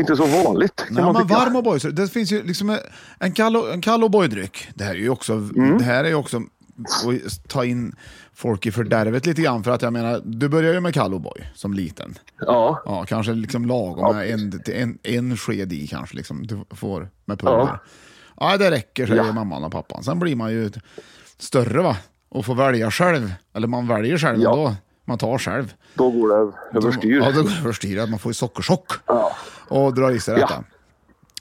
inte så vanligt kan
Nej,
man
men
tycka.
varm och boys, det finns ju liksom en kall, en kall och boydryck. Det här är ju också,
Mm.
det här är ju också att ta in folk i fördärvet lite grann. För att jag menar, du börjar ju med kall och boy som liten.
Ja.
Ja, kanske liksom lagom med en, till en, en sked i kanske liksom du får med pulver.
Ja.
Ja. det räcker säger mamman och pappan. Sen blir man ju ett- större va och får välja själv. Eller man väljer själv
Ja.
då. Man tar själv.
Då går det överstyr.
Ja, då går det överstyr. att Man får ju sockerchock
Ja. Mm.
och drar i sig detta.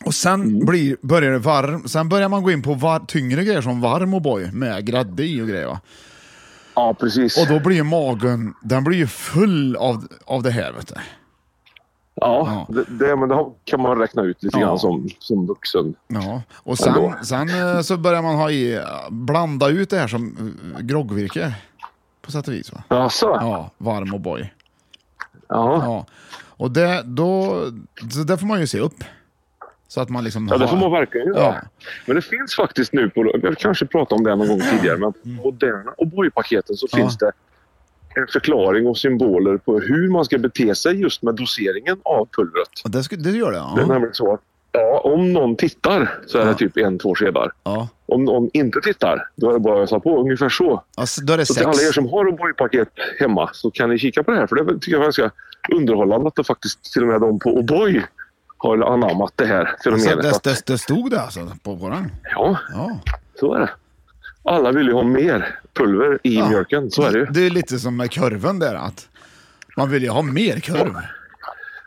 Och sen blir, börjar det varm, sen börjar man gå in på var, tyngre grejer som varm och boy med grädde i och grejer. Va?
ja, precis.
Och då blir ju magen den blir ju full av, av det här. Vet du.
Ja,
Ja.
Det, det, men det kan man räkna ut lite
Ja.
grann som, som vuxen.
Ja, och
Ändå.
sen, sen eh, så börjar man ha i, eh, blanda ut det här som eh, groggvirke. På sätt och vis va?
Jaså? Ja.
Ja, varm och boy.
Ja.
Ja. Och det, då, så det får man ju se upp. Så att man liksom
det får
har-
man verkligen göra.
Ja.
Men det finns faktiskt nu, på, jag kanske pratade om det någon gång tidigare, men på Moderna och Borg-paketen så
Mm. Ja.
finns det en förklaring och symboler på hur man ska bete sig just med doseringen av pulvret.
Och det, sku- det gör det?
Det är
Ja.
nämligen så att ja, om någon tittar så är det typ en, två skedar.
ja.
Om någon inte tittar, då är det bara att ösa på. Ungefär så.
Alltså, då är det
Så till
sex.
alla er som har O'boy-paket hemma så kan ni kika på det här. För det tycker jag är ganska underhållande att det faktiskt till och med de på O'boy har anammat det här
alltså,
fenomenet.
det, det, det stod det alltså på våran?
Ja,
Ja.
så är det. Alla vill ju ha mer pulver i mjölken. Så är det ju.
Det är lite som med korven där att man vill ju ha mer korv.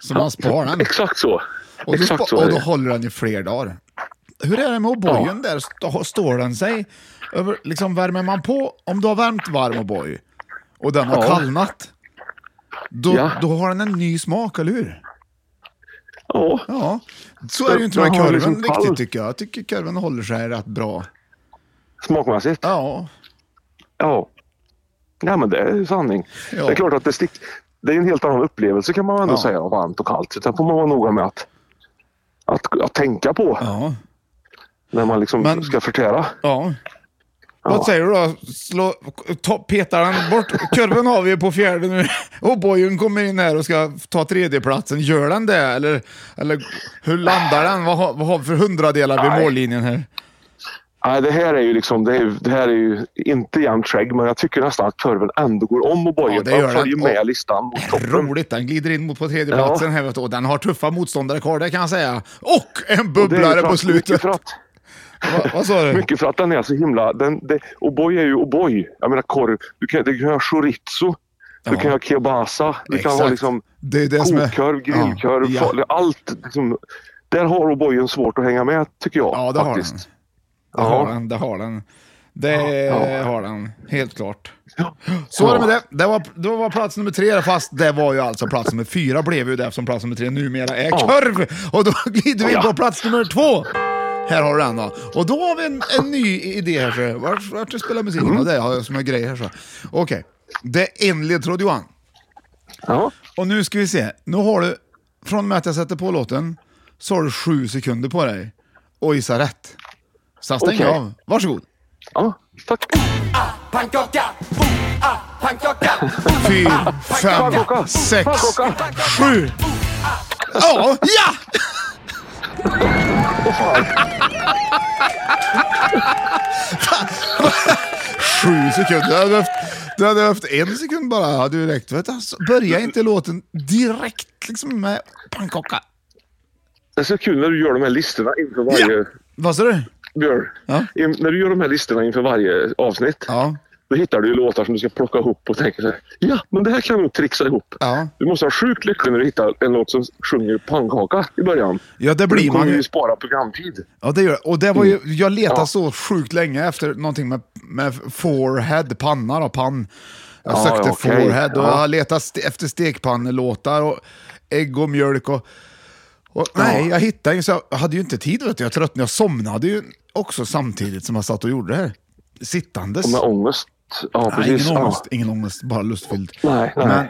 Så man sparar den.
Exakt så.
Och då,
Exakt
spa-
så är
och då
det.
håller den i fler dagar. Hur är det med O'boyen där? Stå- Står den sig? Över, liksom värmer man på, om du har värmt varm O'boy och den har
Ja.
kallnat, då,
Ja.
då har den en ny smak, eller hur?
Ja,
Ja. Så är det ju inte
Den
med
har
korven
liksom
riktigt
kall-
tycker jag. Jag tycker korven håller sig rätt bra.
smakmässigt.
Ja,
Ja. Nej, men det är ju sanning.
Ja.
Det är klart att det, stick... det är en helt annan upplevelse kan man ändå
Ja.
säga, av varmt och kallt. Så Där får man vara noga med att, att, att tänka på
ja,
när man liksom
Men-
ska förtära.
ja. Vad säger du då? Slå, ta, petar den bort? Korven har vi ju på fjärde nu. *laughs* O'boyen kommer in här och ska ta tredjeplatsen. Gör den det? Eller, eller hur landar den? Vad har, vad har vi för hundradelar vid
Nej.
mållinjen här?
Nej, det här är ju liksom, det, är, ju- det här är ju inte jämnt skägg, men jag tycker nästan att kurven ändå går om och bojen.
Ja, det gör
Man följer
den.
med
Och-
listan mot toppen.
Roligt, den glider in mot på tredjeplatsen här vet du. Och den har tuffa motståndare kvar, det kan jag säga. Och en
Och det är ju
bubblare
för
på
att- Mycket
slutet.
för att,
Va, vad sa du?
mycket för att den är så himla... Den, det, O'boy är ju O'boy. Jag menar korv. Du kan, du kan ha chorizo. Du
Ja.
kan ha kielbasa. Du kan ha
Exakt.
liksom...
Det är det som är...
Kokkorv, grillkorv,
Ja, ja.
fa- allt. Liksom, där har O'boyen svårt att hänga med tycker jag.
Ja, det har
faktiskt.
den. Det har
Ja.
han, det har han. Det har han, helt klart.
Ja.
*gasps* Så var det med det. Det var, det var plats nummer tre, fast det var ju alltså plats nummer fyra blev ju det eftersom plats nummer tre numera är korv. Och då *laughs* glider vi in på plats nummer två. Här har du den då. Och då har vi en, en ny idé här. Så. Vart, vart du spelar musiken?
Mm.
Ja, det har jag som en grej här. så. Okej, det är en ledtråd Johan.
Ja.
Och nu ska vi se. Nu har du, från och med att jag sätter på låten, så har du sju sekunder på dig och gissa rätt. Så stäng
Okej.
av. Varsågod.
ja, tack.
Fyra, fem,
Pannkaka.
sex,
Pannkaka.
sju. Ja, ja! Sju sekunder. Du hade, haft, du hade haft en sekund bara. Hade ju räckt. Vet du, alltså, börja inte låten direkt liksom med pannkaka.
Det är så kul när du gör de här listorna inför varje...
Vad sa du?
Björn,
Ja.
in, när du gör de här listorna inför varje avsnitt,
Ja.
då hittar du ju låtar som du ska plocka ihop och tänka så här, ja, men det här kan du trixa ihop.
Ja.
Du måste ha sjukt lycklig när du hittar en låt som sjunger pannkaka i början.
Ja, det
För
blir
då kommer
man
du ju
ju.
spara programtid.
Ja, det gör Och det var ju, jag letade
Mm. Ja.
så sjukt länge efter någonting med, med forehead, panna då, pann. Jag
Ja,
sökte
ja, okej.
forehead och
Ja.
jag har letat st- efter stekpannelåtar och ägg och mjölk och... och nej, jag hittade inget. så Jag hade ju inte tid vet du. Jag tröttnade. Jag somnade ju också samtidigt som jag satt och gjorde det här. Sittandes.
Och med ångest. Ja,
Nej,
precis.
ingen
Ja.
ångest, ingen ångest, bara lustfylld.
Nej, nej.
Men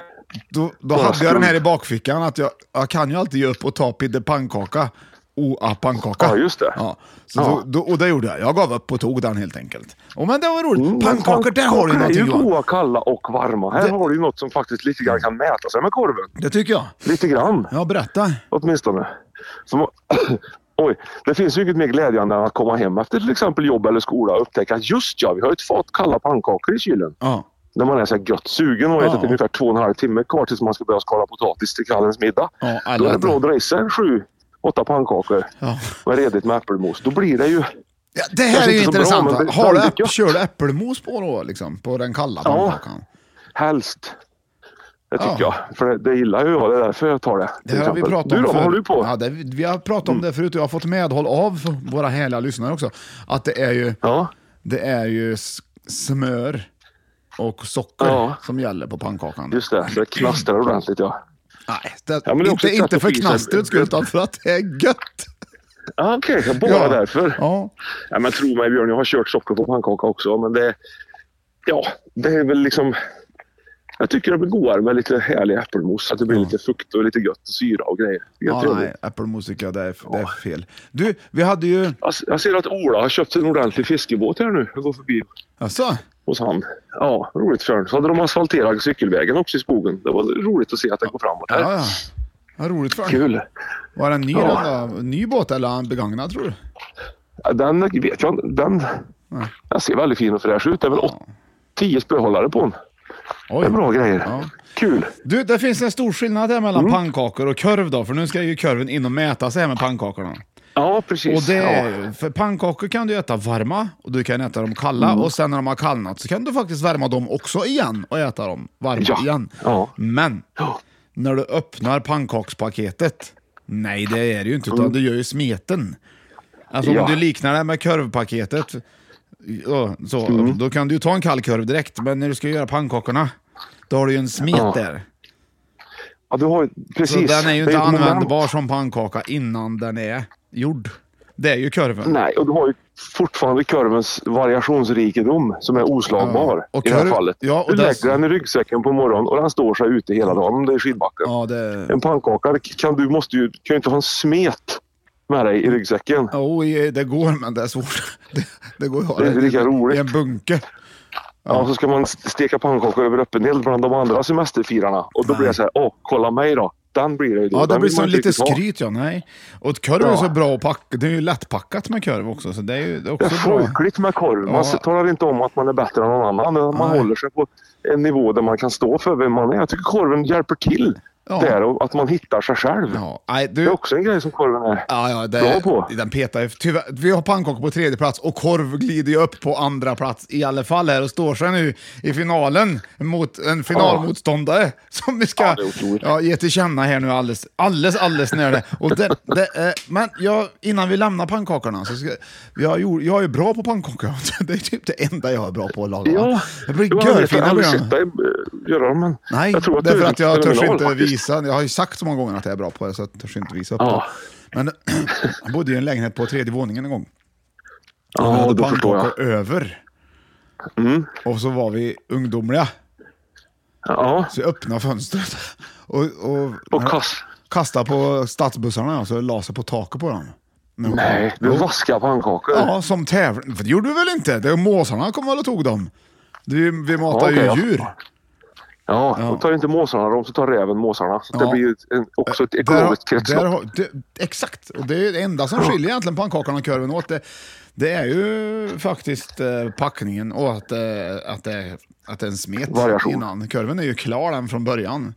då, då
Bara
hade jag den här i
skumt.
bakfickan, att jag, jag kan ju alltid ge upp och ta pidde pannkaka. O-a pannkaka.
Ja, just det.
Ja. Så
Ja.
Då, då, och det gjorde jag. Jag gav upp och tog den helt enkelt. Och, men det var roligt.
Mm,
Pannkakor, där har du ju
pannkakor
någonting
är ju
Johan.
goda, kalla och varma. Här
Det-
har du ju något som faktiskt lite grann kan mäta sig med korven.
Det tycker jag.
Lite grann
Ja, berätta.
åtminstone. Som, *coughs* oj, det finns ju inget mer glädjande än att komma hem efter till exempel jobb eller skola och upptäcka att just ja, vi har ett fat kalla pannkakor i kylen.
Ja.
När man är så här gött sugen och har
Ja.
ätit ungefär två och en halv timme kvar tills man ska börja skala potatis till kvällens middag.
Ja, alla
Då är det
äter.
bra att dra i sig en sju, åtta pannkakor
Ja.
med redigt med äppelmos. Då blir det ju...
Ja, det här
Kanske
är ju
inte så bra,
intressant.
men det är
har du
väldigt
äpp-
gött.
kör du äppelmos på då, liksom? På den kalla pannkakan?
Helst. Det tycker
Ja.
jag. För det, det gillar ju jag. Det är därför jag tar det.
Det
till
här har vi
exempel.
pratat om
du då, vad har
förut.
du på? Mm.
Ja,
Ja.
det, vi har pratat om det förut och jag har fått medhåll av våra härliga lyssnare också. Att det är ju,
Ja.
det är ju s- smör och socker
Ja.
som gäller på pannkakan.
just det. Det knastrar ordentligt ja.
Nej, det,
Ja, men det är också
inte, inte
ett sätt att
för
få i sig-
knastrets skull, utan för att det är gött.
Ja, Okej, okay, bara
Ja.
därför. *laughs*
Ja.
Ja, men tro mig Björn, jag har kört socker på pannkaka också. Men det, ja, det är väl liksom... Jag tycker det blir godare med lite härlig äppelmos. Att det blir lite fukt och lite gött och syra och grejer. Det är
Mm. Ja,
trevligt.
nej, äppelmusika, det är, det är fel. Du, vi hade ju...
Jag- Jag ser att Ola har köpt en ordentlig fiskebåt här nu. Jag går förbi
Alltså,
hos han. Ja, roligt för honom. Så hade de asfalterat cykelvägen också i skogen. Det var roligt att se att den går framåt
ja,
här.
ja. Vad roligt för
Kul.
Var det en ny,
Ja.
den då? ny båt eller är han begagnad tror du?
Ja, Den vet jag inte. Den, den ser väldigt fin och fräsch ut. Det är väl åt, tio spöhållare på den. Det
Oj.
är bra grejer.
Ja.
Kul.
Du, det finns en stor skillnad här
Mm.
mellan pannkakor och korv då, för nu ska ju korven in och mäta sig här med pannkakorna.
Ja, precis.
Och det är,
ja.
ju- för pannkakor kan du äta varma och du kan äta dem kalla
Mm.
och sen när de har kallnat så kan du faktiskt värma dem också igen och äta dem varma
Ja.
igen.
Ja.
Men
Ja.
när du öppnar pannkakspaketet, nej det är det ju inte utan du gör ju smeten. Alltså
Mm. Ja.
om du liknar det med korvpaketet, ja, så,
Mm.
då kan du ju ta en kall korv direkt men när du ska göra pannkakorna, då har du ju en smet
Ja.
där.
Ja, du har ju-
Så
precis.
den är ju
Det
inte
moment.
användbar som pannkaka innan den är gjord. Det är ju korven.
Nej, och du har ju fortfarande korvens variationsrikedom som är oslagbar
Ja, och
i det här
korv-
fallet.
ja, och
du
dess-
lägger den i ryggsäcken på morgonen och den står sig ute hela dagen om det är skidbacken.
Ja, det...
En pannkaka kan du, måste ju, kan ju inte ha en smet med dig i
Mm.
ryggsäcken.
Jo, i- det går, men det är svårt. *laughs* Det, det går ju att ha
Det är inte lika
i
roligt.
en bunke.
Ja, och så ska man steka pannkakor över öppen eld bland de andra semesterfirarna. Och då blir det så här, åh, kolla mig då. Den blir det ju då.
Ja, det
Den
blir
vill man
som
inte
lite
riktigt ha.
skryt, ja. Nej. Och korv är
Ja.
så bra att packa. Det är ju lättpackat med korv också, så det är ju det är
Det är
också bra.
folkligt med korv. Man
Ja.
talar inte om att man är bättre än någon annan. utan Man
Nej.
håller sig på en nivå där man kan stå för vem man är. Jag tycker korven hjälper till
Ja.
där och att man hittar sig själv.
Ja, nej,
Det är
du...
också en grej som korven är.
Ja, ja, det,
Bra på.
Den petar ju. Tyvärr, vi har pannkakor på tredje plats och korv glider ju upp på andra plats i alla fall här och står sig nu i finalen mot en finalmotståndare *laughs* som vi ska
Ja, det är otroligt.
ja, ge till känna här nu alldeles, alldeles, alldeles nära det. Och det, det eh, men jag, innan vi lämnar pannkakorna, så ska, jag, gjorde, jag är bra på pannkakor. *laughs* Det är typ det enda jag är bra på att laga.
Ja,
det blir
Jo, jag vet, jag har
görfina
aldrig
blir de.
sett dig eh, göra dem. Men
Nej,
jag tror att
därför
du är
att jag törs
fenomenal
inte
faktiskt.
visa. Jag har ju sagt så många gånger att jag är bra på det, så jag törs inte visa upp
Ja.
det. Men *clears throat* jag bodde i en lägenhet på tredje våningen en gång. Och vi
Ja,
hade
då förstår jag. Mm.
pannkakor över. Och så var vi ungdomliga,
Ja,
så jag öppnade fönstret *laughs* och, och,
och kass.
kastade på stadsbussarna och så la sig på taket på dem. Men-
Nej, du vaskar pannkakor.
Ja, som tävling. För det gjorde vi väl inte? Det var måsarna kom väl och tog dem. Vi, vi matar
Ja, okej, ja.
ju djur.
Ja, då tar inte måsarna dem så tar räven måsarna. Så
Ja. Äh,
det blir ett- en, också ett ekologiskt
Där- där
kretslopp.
har- det- Exakt, och det är det enda som skiljer egentligen pannkakan och korven åt. Det, det är ju faktiskt eh, packningen och att, eh, att, det, att det är en smet
Variation.
innan. Korven är ju klar den från början.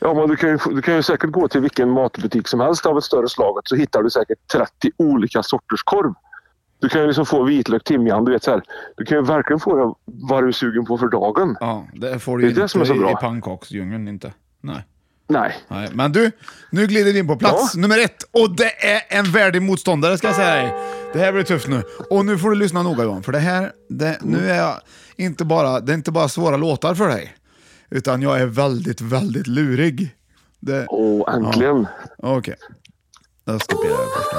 Ja, men du kan, ju, du kan ju säkert gå till vilken matbutik som helst av ett större slaget så hittar du säkert 30 olika sorters korv. Du kan ju liksom få vitlök, timjan, du vet så här. Du kan ju verkligen få det vad du är sugen på för dagen.
Ja, det får du
Det är
ju
det
inte
som är så
i-
bra.
i pannkaksdjungeln. Inte. Nej.
Nej.
Nej. Men du, nu glider vi in på plats nummer ett och det är en värdig motståndare ska jag säga dig. Det här blir tufft nu. Och nu får du lyssna noga Johan, för det här, det, nu är jag inte bara, det är inte bara svåra låtar för dig. Utan jag är väldigt, väldigt lurig. Det,
Och äntligen,
Okej. Jag ska spela det först.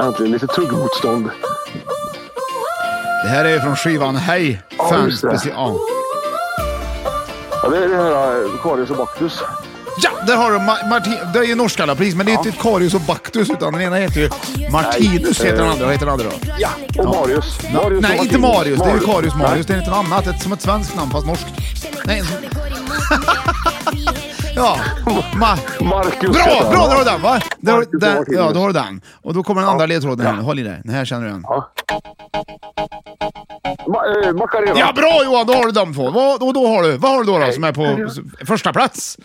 äntligen lite tuggmotstånd.
Det här är från skivan Hej!
Ja,
Fan
just det.
speci- ja.
Ja, det är det här eh, Karius och Baktus.
ja, där har du Ma- Martin, det är ju Norskallapris, men det är inte Karius och Baktus utan den ena heter ju Martinus heter den andra. Vad heter den andra då?
Ja, och Marius. Marius och
Nej, inte
Martinus.
Marius. Det är ju Karius Marius. Det
Nej.
är inte något annat. Ett, som ett svenskt namn fast norskt. Nej. Ja. Ma-
Marcus heter
bra, bra! Där
han.
har du den va? Där, har-
Marcus
där,
Martinus.
ja, då har du den. Och då kommer den andra ledtråden här. Håll i dig. Den här känner du igen.
Ja. Ma- eh, Macarena.
Ja, bra Johan! Då har du de två. Vad, och då har du, vad har du då, då som är på s- första plats?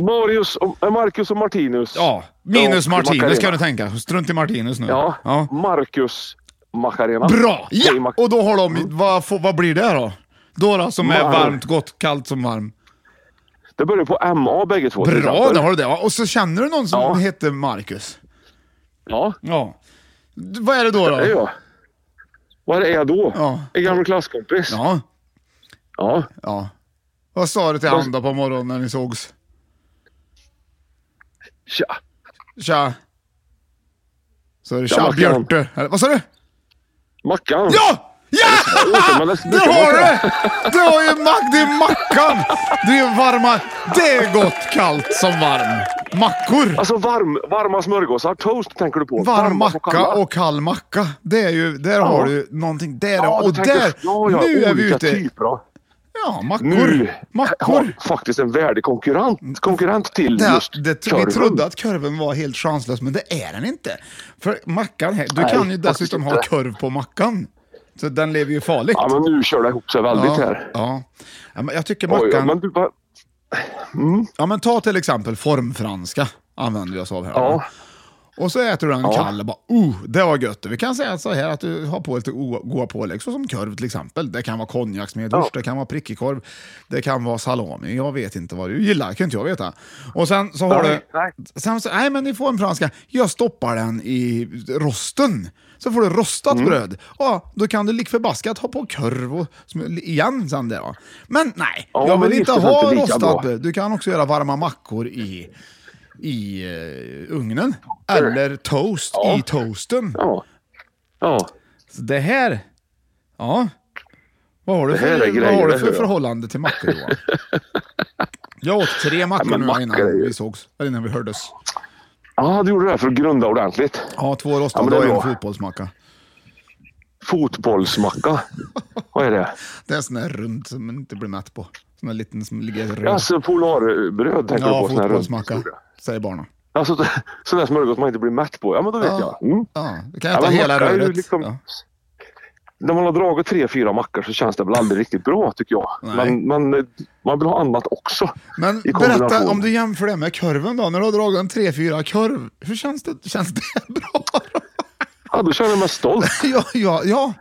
Marius och, eh, Marcus och Martinus.
Ja, minus
Ja,
Martinus
Macarena.
kan du tänka. Strunt i Martinus nu.
Ja,
Ja.
Marcus Macarena.
Bra!
Hej,
Ja!
Mac-
Och då har de, vad, får- vad blir det då? Då då som är
Mar-
varmt, gott, kallt som varm.
Det börjar på MA bägge två. till
Bra,
exempel.
då har du det. Ja, Och så känner du någon som
Ja.
heter Marcus.
Ja,
Ja. D- Vad är det då?
det är
då?
jag. Vad är jag då?
Ja.
En gammal klasskompis. Ja.
Ja,
ja.
ja. Vad sa du till han då på morgonen när ni sågs?
Tja!
Tja. Så är det
Tja,
tja,
Mackan.
Björte. Eller, Vad sa du?
Mackan!
Ja! Ja!
Åh, men det
*laughs* Du
brukar
har
vara
det! Du har ju mack, det är mackan! Det är varma, det är gott kallt som varm. Mackor!
Alltså varm, varma smörgåsar, toast tänker du på?
Varm
Varma som
macka
kalla.
och kall macka. Det är ju, där har du någonting. Där,
Ja,
och
du tänker-
där,
ja, ja,
nu är vi
olika
ute.
Typer, av-
Ja, mackor.
nu
Mackor. Mm.
har faktiskt en värdig konkurrent, konkurrent till
Det,
just
det, vi
korven.
trodde att korven var helt chanslös, men det är den inte. För mackan här, du
Nej,
kan ju dessutom
faktiskt
ha
inte.
korv på mackan. Så den lever ju farligt.
Ja, men nu kör det ihop sig väldigt här.
ja. ja, men jag tycker
Oj,
mackan...
men du, va-
Ja, men ta till exempel formfranska. Använder vi oss av här.
ja,
Och så äter du den kall och bara oh, det var gött. Vi kan säga så här att du har på lite o- goda pålägg, så som körv till exempel. Det kan vara konjaksmedhurst,
Ja.
det kan vara prickig korv, det kan vara salami. Jag vet inte vad du gillar, kan inte jag veta. Och sen så har
Nej,
du...
nej.
Sen så, nej, men ni får en franska. Jag stoppar den i rosten. Så får du rostat
Mm.
bröd. Ja, då kan du lik förbaskat ha på korv och, sm- igen sen där. ja. Men nej,
Ja,
jag
men
vill
det
inte
känns
ha
inte lika
rostat
bra.
bröd. Du kan också göra varma mackor i, i eh, ugnen. Eller toast i toasten.
ja, ja.
Så det här... Ja. Vad har du
här är
för,
grejer,
vad har du
det
för
hör jag.
förhållande till mackor, Johan? Jag åt tre mackor
men
nu
mackor är
innan
ju-
vi sågs. Eller innan vi hördes.
Ja, du gjorde det här för att grunda ordentligt.
Ja, två
Ja, men
rostade
det är
och en
bra.
fotbollsmacka. *laughs*
Fotbollsmacka. Vad är det?
Det är en sån där rund som man inte blir mätt på. Sån där liten som ligger rund.
Alltså polarbröd tänker du
ja,
på? sån här
fotbollsmacka,
rund-
säger barnen.
Alltså sån där smörgås man inte blir mätt på. Ja, men då vet
Ja.
jag. Mm.
Ja, du kan
Ja,
äta
men
hela
macka är ju
röret.
liksom-
Ja.
När man har dragit tre, fyra mackor så känns det väl aldrig riktigt bra tycker jag.
Nej.
Men, men eh, man vill ha annat också.
Men
i kombination.
berätta, om du jämför det med korven då, när du har dragit en 3-4 korv, hur känns det? *laughs* Känns det bra? då?
Ja, då känner jag mig stolt.
*laughs* ja, ja, ja.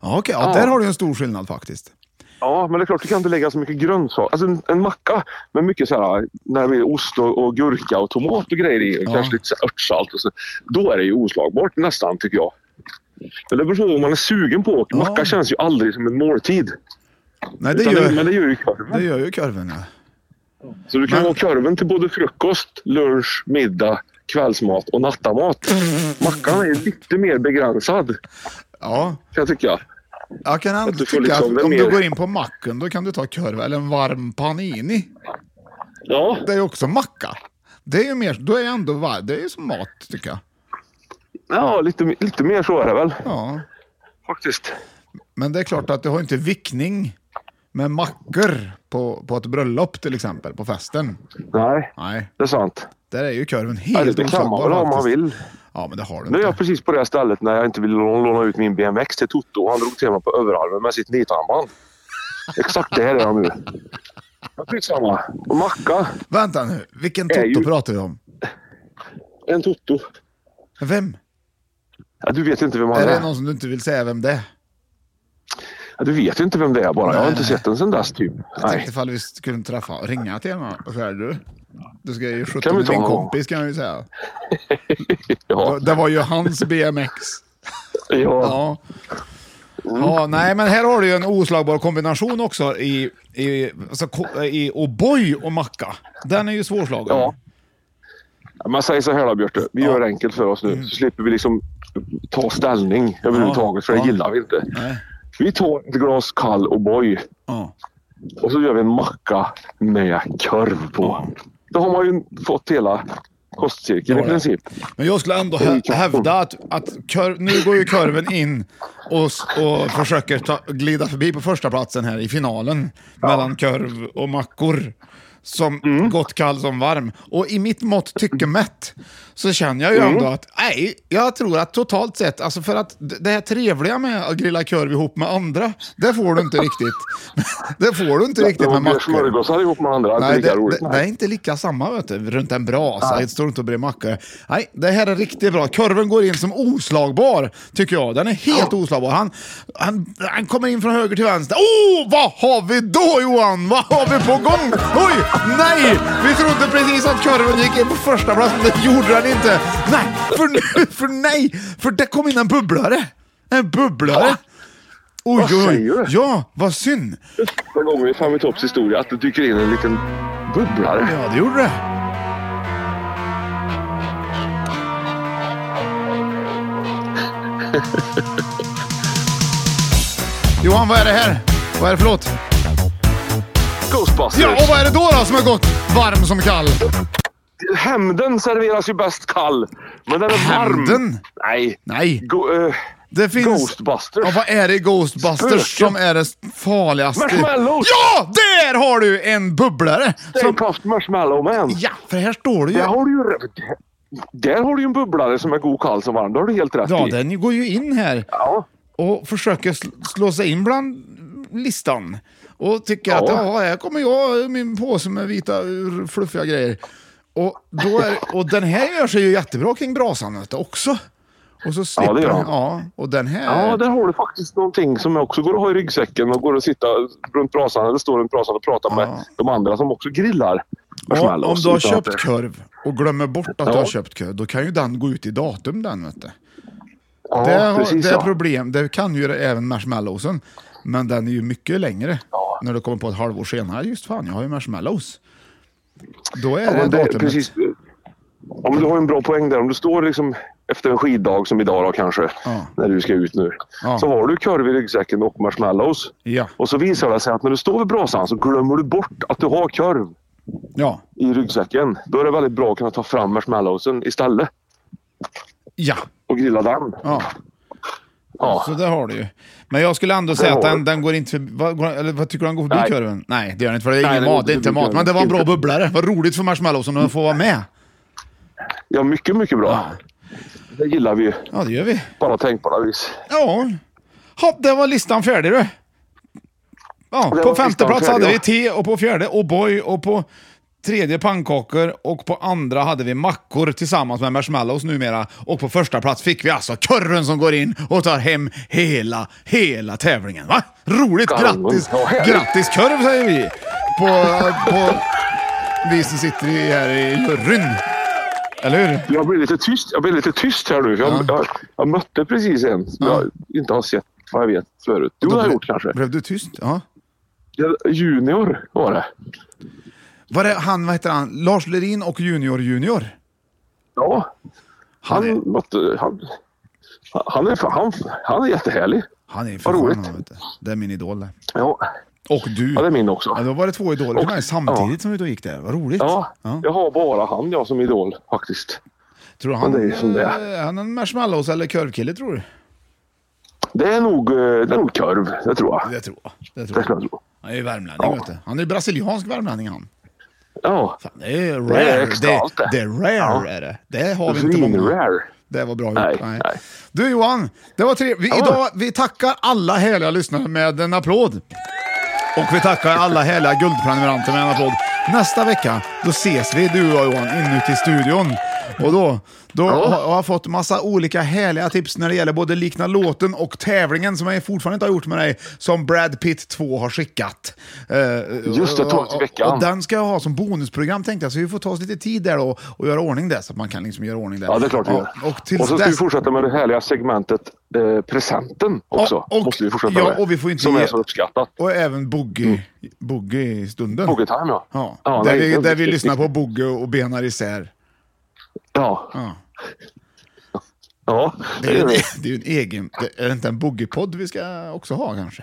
Ja, okej, ja,
Ja.
där har du en stor skillnad faktiskt.
Ja, men det är klart du kan inte lägga så mycket grönsaker. Alltså en, en macka med mycket så här, när det är ost och, och gurka och tomat och grejer i. och
Ja.
Kanske lite så här örtsalt och så. Då är det ju oslagbart nästan tycker jag. Men det beror på vad man är sugen på.
Ja.
Macka känns ju aldrig som en måltid.
Nej, det
Utan
gör,
men det gör ju korven.
det gör ju korven. Ja.
Så du kan
Men-
ha korven till både frukost, lunch, middag, kvällsmat och nattamat. Mackan är lite mer begränsad
ja.
kan jag tycka.
Jag kan ändå
du får
tycka
liksom
att
det
om du
mer-
går in på macken, då kan du ta korv eller en varm panini.
Ja,
Det är ju också macka. Det är ju mer, då är jag ändå var, det är ju som mat tycker jag.
ja lite, lite mer så är det väl
Ja.
faktiskt.
Men det är klart att du har inte vickning med mackor på, på ett bröllop till exempel, på festen.
Nej,
Nej,
det är sant.
där är ju korven
Ja,
helt
det kan man väl ha om man vill.
Ja, men det har du
Nu är jag
inte.
precis på det här stället när jag inte vill lå- låna ut min BMX till Toto och han drog till mig på överarmen med sitt nithandband. Exakt det här är jag nu. Men Skitsamma. Och macka.
Vänta nu, vilken
är ju-
Toto pratar vi om?
En Toto.
Vem?
Ja, du vet inte vem han
Är
är.
det någon som du inte vill säga vem det är?
Ja, du vet inte vem det är bara. jag har
Nej,
inte
nej.
sett den sen dess typ.
Jag tänkte
Nej.
ifall vi skulle träffa och ringa till honom. Och så här, du, du ska ju skjuta
Kan vi
med
ta
din
honom?
kompis kan jag ju säga.
Ja.
Det var ju hans BMX.
Ja.
Ja. ja, nej men här har du ju en oslagbar kombination också i, i, alltså, ko- i O'boy och macka. Den är ju svårslagen.
ja. Man säger så här då Björte. Vi gör det enkelt för oss
Mm.
nu. Så slipper vi liksom ta ställning överhuvudtaget. För det
Ja.
gillar vi inte.
Nej.
Vi tar ett glas kall O'boy.
Ja.
Och så gör vi en macka med korv på. Då har man ju fått hela kostcirkeln
Ja,
i
ja.
princip.
Men jag skulle ändå hä- hävda att, att kör, nu går ju kurven in och, s- och försöker ta, glida förbi på första platsen här i finalen mellan kurv och mackor. Som gott kall som varm. Och i mitt mått tycke mätt så känner jag ju ändå att, nej, jag tror att totalt sett, alltså för att d- det här trevliga med att grilla kurv ihop med andra, det får du inte riktigt. *laughs* det får du inte riktigt med
Man gör
mackor.
smörgåsar ihop med andra. det är
Nej,
lika
det,
roligt.
det, det är inte lika samma vet du, runt en brasa. Det står inte och brer mackor. Nej, det här är riktigt bra. Kurven går in som oslagbar, tycker jag. Den är helt oslagbar. Han, han, han kommer in från höger till vänster. Oh, vad har vi då Johan? Vad har vi på gång? Oj, nej! Vi trodde precis att kurven gick in på första plats, men det gjorde den inte. Nej, för, *laughs* nu- för nej, för det kom in en bubblare. En bubblare. Oj,
Vad säger du?
Ja, vad synd.
Första gången i Fem i topps historia att det dyker in en liten bubblare.
Ja, det gjorde det. *laughs* Johan, vad är det här? Vad är det för låt?
Ghostbusters.
Ja, och vad är det då då som är gott? Varm som kall?
Hämnden serveras ju bäst kall. Men den är varm.
Hämnden?
Nej.
Nej.
Go, eh,
Det finns...
Ghostbusters.
Ja, vad är det i Ghostbusters
Spöken.
som är det farligaste?
Marshmallows!
Ja! Där har du en bubblare!
Stay
Som...
puft marshmallow man.
Ja, för här står det ju...
Där har du ju... Där har du ju en bubblare som är god kall som varm. Det har du helt rätt
Ja,
i.
den går ju in här
Ja.
och försöker sl- slå sig in bland listan. Och tycker att
Ja.
ja, här kommer jag min påse med vita r- fluffiga grejer. Och, då är, och den här gör sig ju jättebra kring brasan vet du, också. Och så slipper
det gör
den.
den.
Ja, och den här...
Ja, där har du faktiskt någonting som jag också går och har i ryggsäcken och går och sitta runt brasan eller står runt brasan och pratar med de andra som också grillar
om, om
marshmallows.
du har
utan att det-
köpt korv och glömmer bort att du
Ja.
har köpt korv, då kan ju den gå ut i datum den vet du.
Ja,
det, har,
precis
det är
ja.
problem. Det kan ju även marshmallowsen. Men den är ju mycket längre. När du kommer på ett halvår senare, just fan, jag har ju marshmallows. Då är
Ja,
det
men det,
datumet.
precis. Om du har en bra poäng där. Om du står liksom efter en skiddag som idag då kanske,
Ja.
när du ska ut nu.
Ja.
Så har du korv i ryggsäcken och marshmallows.
Ja.
Och så visar det sig att när du står vid brasan så glömmer du bort att du har korv
Ja.
i ryggsäcken. Då är det väldigt bra att kunna ta fram marshmallowsen istället
Ja.
och grilla den.
ja.
Ja.
Så där har du ju. Men jag skulle ändå säga att
har
den,
du.
den går inte förbi... Vad, går, eller vad tycker du, den går förbi
Nej.
korven? Nej, det gör den inte. För det är
Nej,
ingen
den går
mat. Det är
inte
inte mat.
förbi
Men det var en bra bubblare. Vad roligt för marshmallowsen att få vara med.
Ja, mycket, mycket bra. Det gillar vi ju.
Ja, det gör vi.
Bara tänk på det vis.
Ja. Hopp, det var listan färdig du. Ja,
Det
på
var
femte
listan
plats
färdig,
hade
ja.
vi te och på fjärde O'boy och på tredje pannkakor och på andra hade vi mackor tillsammans med marshmallows numera. Och på första plats fick vi alltså korren som går in och tar hem hela, hela tävlingen. Va? Roligt!
Kanon.
Grattis!
Ja, härligt.
Grattis korv säger vi! På, på vi som sitter i, här i juryn. Eller hur?
Jag blir lite tyst, jag blir lite tyst här nu. för Jag, jag, jag mötte precis en som jag inte har sett vad jag vet förut. Jo, det har jag gjort kanske.
Blev du tyst? Ja.
Ja, Junior var det.
Var det han, vad heter han, Lars Lerin och Junior Junior?
Ja, han,
Han är-
mötte... Han, han, är, han, han är jättehärlig.
Han är för
Vad
skön,
roligt.
han, vet du. Det är min idol det.
Ja,
Och du.
ja, det är min också.
Ja, då var det två idoler till
Och-
mig samtidigt som vi då gick där. Vad roligt.
Ja,
Ja.
jag har bara han jag som idol faktiskt.
Tror du han,
men det är ju som det är.
eh, han är en marshmallows eller korvkille tror du?
Det är nog, eh, det är nog korv, det tror jag.
Det tror jag. Det tror
Det
jag.
skulle jag tro.
Han är ju värmlänning vet du. Han är brasiliansk värmlänning han.
Ja,
Fan, det är rare.
Det är extra allt det.
det är rare är det. Det har vi inte många.
svinrare.
Det var bra gjort.
Nej,
Nej.
nej.
Du Johan, det var trevligt. Vi, idag, vi tackar alla härliga lyssnare med en applåd. Och vi tackar alla härliga guldprenumeranter med en applåd. Nästa vecka, då ses vi du och jag, Johan inuti studion. Och då, då har jag fått massa olika härliga tips när det gäller både likna låten och tävlingen som jag fortfarande inte har gjort med dig, som Brad Pitt 2 har skickat. Eh,
Just det, ta till veckan.
Och, och den ska jag ha som bonusprogram tänkte jag, så vi får ta oss lite tid där och, och göra ordning där så att man kan liksom göra ordning där.
Ja, det är klart vi
Ja,
gör.
Och tills
så ska
dess...
vi fortsätta med det härliga segmentet eh, presenten också.
Ja, och-
måste vi fortsätta
ja,
med.
och vi får inte
som
ge-
är så uppskattat.
Och även boogie, boogie i stunden.
Mm. Boogie time, ja.
Ja,
Ja,
där
nej,
vi,
det är
där vi
viktigt.
lyssnar på boogie och benar isär.
Ja,
Ja.
ja.
Det är ju en, det är ju en egen... Det är det inte en boogie-podd vi ska också ha kanske?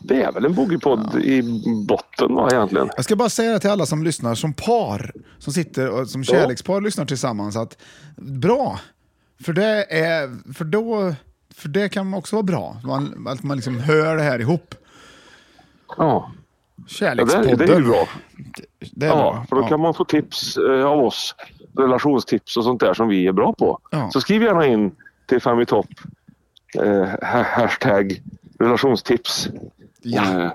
Det är väl en boogie-podd i botten va, egentligen?
Jag ska bara säga det till alla som lyssnar som par, som sitter och som kärlekspar lyssnar tillsammans att bra, för det, är, för då, för det kan också vara bra. Man, att man liksom hör det här ihop.
Ja, ja det,
Kärlekspodden.
är- det är ju bra.
Det är
Ja,
bra.
för då
Ja.
kan man få tips eh, av oss. Relationstips och sånt där som vi är bra på.
Ja.
Så skriv gärna in till Fem i topp. Eh, ha- hashtag relationstips.
Ja.
Eh,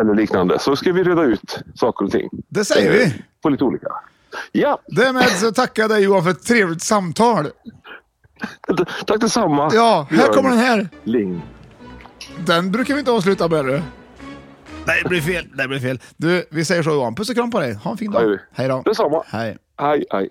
eller liknande. Så ska vi reda ut saker och ting. Eh,
Det säger vi.
På lite olika. Ja,
Därmed så tackar jag dig Johan för ett trevligt samtal.
tack detsamma.
Ja, här
Björn
kommer den här.
Ling.
Den brukar vi inte avsluta med du. Nej, det blir fel. Det blir fel. Du, vi säger så Johan. Puss och kram på dig. Ha en fin
Ja,
dag.
vi.
Hej då.
Detsamma.
Hej.
Hej, hej.